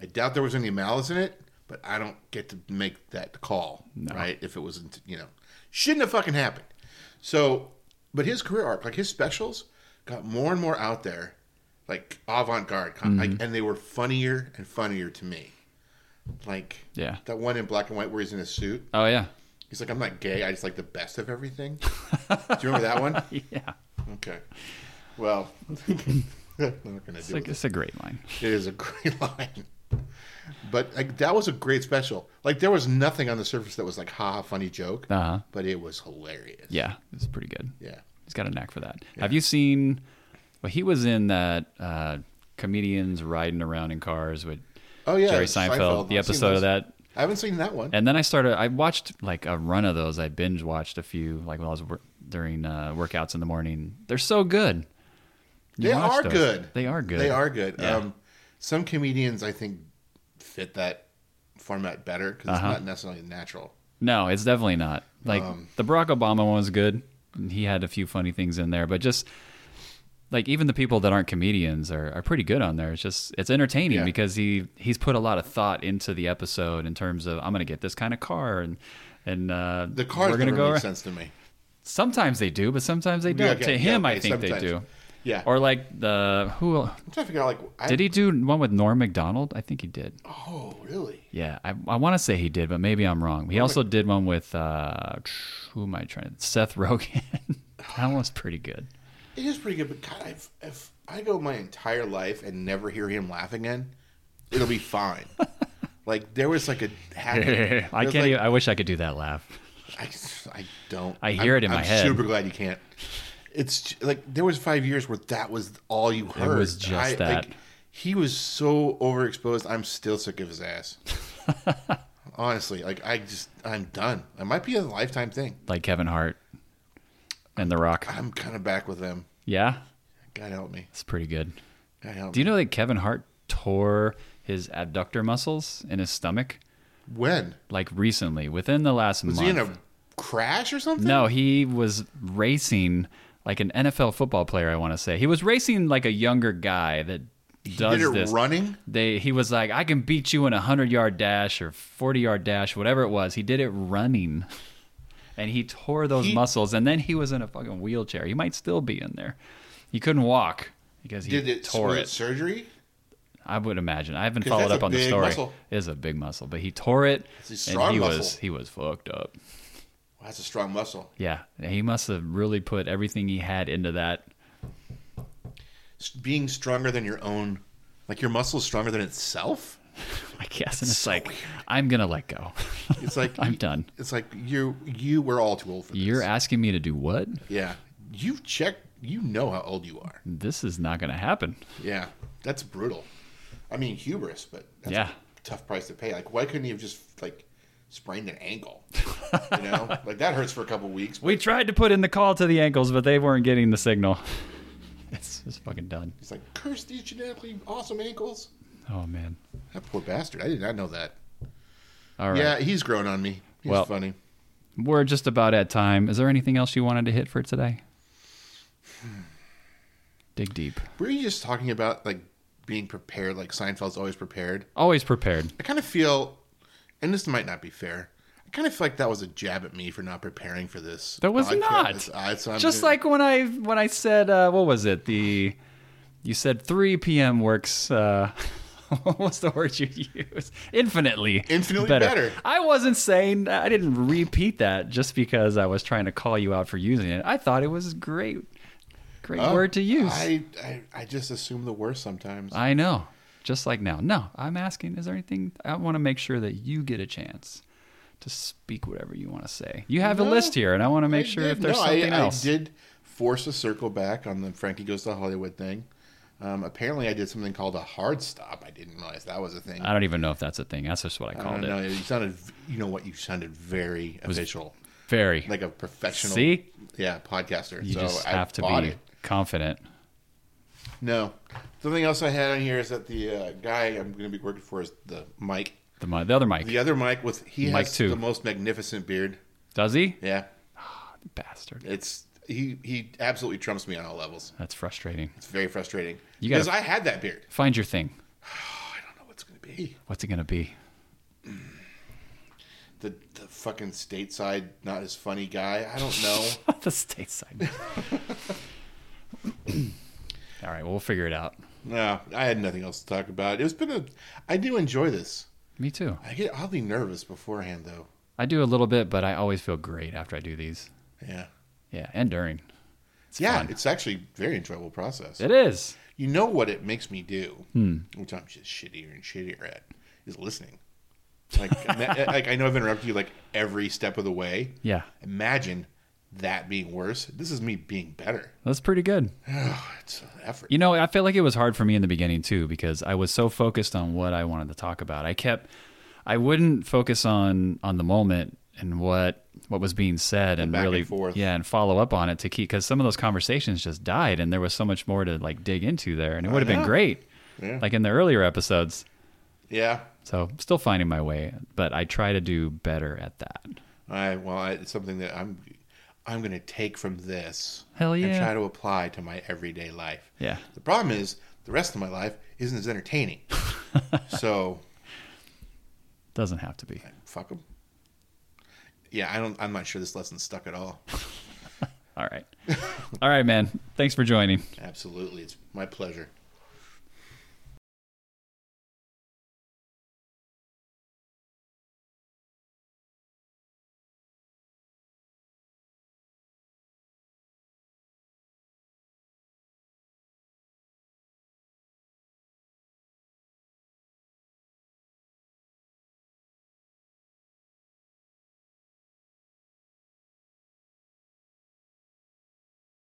Speaker 1: I doubt there was any malice in it, but I don't get to make that call, right? If it wasn't, you know, shouldn't have fucking happened. So, but his career arc, like his specials, got more and more out there, like avant garde,
Speaker 2: Mm-hmm.
Speaker 1: like, and they were funnier and funnier to me. Like
Speaker 2: Yeah.
Speaker 1: that one in black and white where he's in a suit.
Speaker 2: Oh yeah.
Speaker 1: He's like, I'm not gay. I just like the best of
Speaker 2: [LAUGHS]
Speaker 1: everything. Do you remember that one?
Speaker 2: Yeah.
Speaker 1: Okay. Well, [LAUGHS] we're not gonna
Speaker 2: It's,
Speaker 1: do
Speaker 2: like,
Speaker 1: it.
Speaker 2: it's a great line.
Speaker 1: It is a [LAUGHS] great line. But like that was a great special. Like there was nothing on the surface that was like ha ha funny joke,
Speaker 2: Uh huh.
Speaker 1: but it was hilarious.
Speaker 2: Yeah. It's pretty good.
Speaker 1: Yeah.
Speaker 2: He's got a knack for that. Have you seen? Well, he was in that uh, comedians riding around in cars with
Speaker 1: Oh yeah.
Speaker 2: Jerry Seinfeld. The
Speaker 1: I've seen
Speaker 2: episode
Speaker 1: those.
Speaker 2: of that.
Speaker 1: I haven't seen that one.
Speaker 2: And then I started. I watched like a run of those. I binge watched a few, like while I was wor- during uh, workouts in the morning. They're so good. You
Speaker 1: They
Speaker 2: watch
Speaker 1: are
Speaker 2: those.
Speaker 1: good.
Speaker 2: They are good.
Speaker 1: They are good.
Speaker 2: Yeah.
Speaker 1: Um, some comedians I think fit that format better because
Speaker 2: Uh-huh.
Speaker 1: it's not necessarily natural.
Speaker 2: No, it's definitely not. Like
Speaker 1: Um,
Speaker 2: the Barack Obama one was good. He had a few funny things in there, but just like even the people that aren't comedians are, are pretty good on there. It's just it's entertaining
Speaker 1: Yeah.
Speaker 2: because he he's put a lot of thought into the episode in terms of I'm gonna get this kind of car and and uh,
Speaker 1: The cars
Speaker 2: we're
Speaker 1: never
Speaker 2: gonna
Speaker 1: make
Speaker 2: go. around."
Speaker 1: sense to me.
Speaker 2: Sometimes they do, but sometimes they don't.
Speaker 1: Yeah, okay,
Speaker 2: to him,
Speaker 1: yeah,
Speaker 2: I
Speaker 1: okay,
Speaker 2: think
Speaker 1: sometimes.
Speaker 2: they do.
Speaker 1: Yeah.
Speaker 2: Or like the who
Speaker 1: I'm trying to figure out like I,
Speaker 2: did he do one with Norm Macdonald? I think he did.
Speaker 1: Oh really?
Speaker 2: Yeah, I, I want to say he did, but maybe I'm wrong. He also did one with uh, who am I trying? to Seth Rogen. [LAUGHS] that one's
Speaker 1: [LAUGHS]
Speaker 2: pretty good.
Speaker 1: It is pretty good, but God, if, if I go my entire life and never hear him laugh again, it'll be
Speaker 2: [LAUGHS]
Speaker 1: fine. like there was like a happy,
Speaker 2: I can't.
Speaker 1: there's,
Speaker 2: even,
Speaker 1: like-
Speaker 2: I wish I could do that laugh.
Speaker 1: I, I don't.
Speaker 2: I hear
Speaker 1: I'm-
Speaker 2: it in my
Speaker 1: I'm
Speaker 2: head.
Speaker 1: Super glad you can't. It's j- like there was five years where that was all you heard.
Speaker 2: was just
Speaker 1: I- like,
Speaker 2: that.
Speaker 1: he was so overexposed. I'm still sick of his
Speaker 2: [LAUGHS]
Speaker 1: ass. Honestly, like I just I'm done. It might be a lifetime thing.
Speaker 2: Like Kevin Hart and The Rock.
Speaker 1: I'm kind of back with them.
Speaker 2: Yeah,
Speaker 1: God help me.
Speaker 2: it's pretty good.
Speaker 1: God help
Speaker 2: Do you
Speaker 1: me.
Speaker 2: know that Kevin Hart tore his abductor muscles in his stomach
Speaker 1: when
Speaker 2: like recently, within the last
Speaker 1: was
Speaker 2: month?
Speaker 1: he in a crash or something?
Speaker 2: No, he was racing like an NFL football player. I want to say he was racing like a younger guy that does
Speaker 1: did it
Speaker 2: this.
Speaker 1: running?
Speaker 2: They he was like, I can beat you in a hundred yard dash or forty yard dash, whatever it was. He did it running, and he tore those
Speaker 1: He-
Speaker 2: muscles. And then he was in a fucking wheelchair. He might still be in there. He couldn't walk because he
Speaker 1: Did it
Speaker 2: tore
Speaker 1: was
Speaker 2: it.
Speaker 1: surgery?
Speaker 2: I would imagine. I haven't
Speaker 1: 'Cause
Speaker 2: followed
Speaker 1: that's
Speaker 2: up
Speaker 1: a
Speaker 2: on the
Speaker 1: big
Speaker 2: story.
Speaker 1: muscle.
Speaker 2: It is a big muscle, but he tore it,
Speaker 1: It's a
Speaker 2: and
Speaker 1: strong
Speaker 2: he
Speaker 1: muscle.
Speaker 2: was he was fucked up.
Speaker 1: Well, that's a strong muscle.
Speaker 2: Yeah, he must have really put everything he had into that. [LAUGHS]
Speaker 1: S- Being stronger than your own, like your muscle is stronger than itself.
Speaker 2: I guess, and it's like, I'm gonna let go.
Speaker 1: It's like
Speaker 2: [LAUGHS] I'm done.
Speaker 1: It's like you you were all too old for this.
Speaker 2: You're asking me to do what?
Speaker 1: yeah. You check. You know how old you are.
Speaker 2: This is not gonna happen.
Speaker 1: Yeah, that's brutal. I mean hubris, but that's
Speaker 2: Yeah.
Speaker 1: a tough price to pay. Like why couldn't you have just like sprained an
Speaker 2: [LAUGHS]
Speaker 1: ankle? You know, like that hurts for a couple weeks.
Speaker 2: We tried to put in the call to the ankles, but they weren't getting the signal. [LAUGHS] It's just fucking done.
Speaker 1: It's like curse these genetically awesome ankles.
Speaker 2: Oh man.
Speaker 1: That poor bastard. I did not know that.
Speaker 2: All right,
Speaker 1: Yeah, he's grown on me. He's
Speaker 2: Well-
Speaker 1: funny.
Speaker 2: we're just about at time. Is there anything else you wanted to hit for today? Dig deep.
Speaker 1: Were you just talking about like being prepared? Like Seinfeld's always prepared.
Speaker 2: Always prepared.
Speaker 1: I kind of feel, and this might not be fair. I kind of feel like that was a jab at me for not preparing for this.
Speaker 2: That was
Speaker 1: podcast.
Speaker 2: not.
Speaker 1: I- so I'm
Speaker 2: Just
Speaker 1: gonna-
Speaker 2: like when I when I said uh, what was it the you said 3 p.m. works. Uh, [LAUGHS] what was the word you used? Infinitely,
Speaker 1: Infinitely better.
Speaker 2: I wasn't saying I didn't repeat that just because I was trying to call you out for using it. I thought it was great, great
Speaker 1: Oh,
Speaker 2: word to use. I,
Speaker 1: I, I I just assume the worst sometimes.
Speaker 2: know, just like now. No, I'm asking. Is there anything I want to make sure that you get a chance? To speak whatever you want to say. You have a
Speaker 1: No,
Speaker 2: list here, and I want to make
Speaker 1: I
Speaker 2: sure
Speaker 1: did-
Speaker 2: if there's
Speaker 1: no, I-
Speaker 2: something else.
Speaker 1: I did force a circle back on the Frankie Goes to Hollywood thing. Um, apparently, I did something called a hard stop. I didn't realize that was a thing.
Speaker 2: I don't even know if that's a thing. That's just what I
Speaker 1: I don't
Speaker 2: called
Speaker 1: know.
Speaker 2: it.
Speaker 1: You sounded, you know what? You sounded very official,
Speaker 2: Very.
Speaker 1: like a professional.
Speaker 2: See?
Speaker 1: yeah, podcaster.
Speaker 2: you
Speaker 1: so
Speaker 2: just
Speaker 1: I
Speaker 2: have to
Speaker 1: bought
Speaker 2: be
Speaker 1: it.
Speaker 2: confident.
Speaker 1: No. Something else I had on here is that the uh, guy I'm going to be working for is the Mike.
Speaker 2: The, mi- the other Mike.
Speaker 1: The other Mike with he
Speaker 2: Mike
Speaker 1: has
Speaker 2: too.
Speaker 1: the most magnificent beard.
Speaker 2: Does he?
Speaker 1: Yeah,
Speaker 2: Bastard.
Speaker 1: it's he he absolutely trumps me on all levels.
Speaker 2: That's frustrating.
Speaker 1: It's very frustrating
Speaker 2: You gotta-
Speaker 1: because I had that beard.
Speaker 2: Find your thing.
Speaker 1: I don't know what's going to be
Speaker 2: What's it going to be? [LAUGHS]
Speaker 1: the the fucking stateside not as funny guy. I don't know. [LAUGHS]
Speaker 2: the stateside. [COUGHS] All right. Well, we'll figure it out.
Speaker 1: no, I had nothing else to talk about. It's been a I do enjoy this.
Speaker 2: Me too.
Speaker 1: I get oddly nervous beforehand though.
Speaker 2: I do a little bit, but I always feel great after I do these.
Speaker 1: Yeah.
Speaker 2: Yeah, and during. It's
Speaker 1: yeah,
Speaker 2: fun.
Speaker 1: it's actually a very enjoyable process.
Speaker 2: It is.
Speaker 1: You know what it makes me do,
Speaker 2: Hmm.
Speaker 1: which I'm just shittier and shittier at, is listening. Like, [LAUGHS] ima- eh, like I know I've interrupted you like every step of the way.
Speaker 2: Yeah,
Speaker 1: Imagine that being worse. This is me being better. [SIGHS]
Speaker 2: that's pretty good.
Speaker 1: Oh, it's an effort.
Speaker 2: You know, I feel like it was hard for me in the beginning too because I was so focused on what I wanted to talk about. I kept I wouldn't focus on on the moment and what what was being said and
Speaker 1: back and
Speaker 2: really
Speaker 1: forth.
Speaker 2: yeah and follow up on it to keep because some of those conversations just died and there was so much more to like dig into there and it would have been
Speaker 1: know.
Speaker 2: great
Speaker 1: Yeah.
Speaker 2: like in the earlier episodes
Speaker 1: Yeah.
Speaker 2: so still finding my way but i try to do better at that
Speaker 1: I well, I, it's something that I'm I'm going to take from this
Speaker 2: Hell
Speaker 1: and
Speaker 2: yeah.
Speaker 1: try to apply to my everyday life.
Speaker 2: yeah
Speaker 1: The problem is the rest of my life isn't as
Speaker 2: [LAUGHS]
Speaker 1: entertaining. so
Speaker 2: doesn't have to be
Speaker 1: fuck them. Yeah, I don't. I'm not sure this lesson stuck at
Speaker 2: [LAUGHS]
Speaker 1: all. [LAUGHS]
Speaker 2: all right all right man thanks for joining
Speaker 1: Absolutely, it's my pleasure.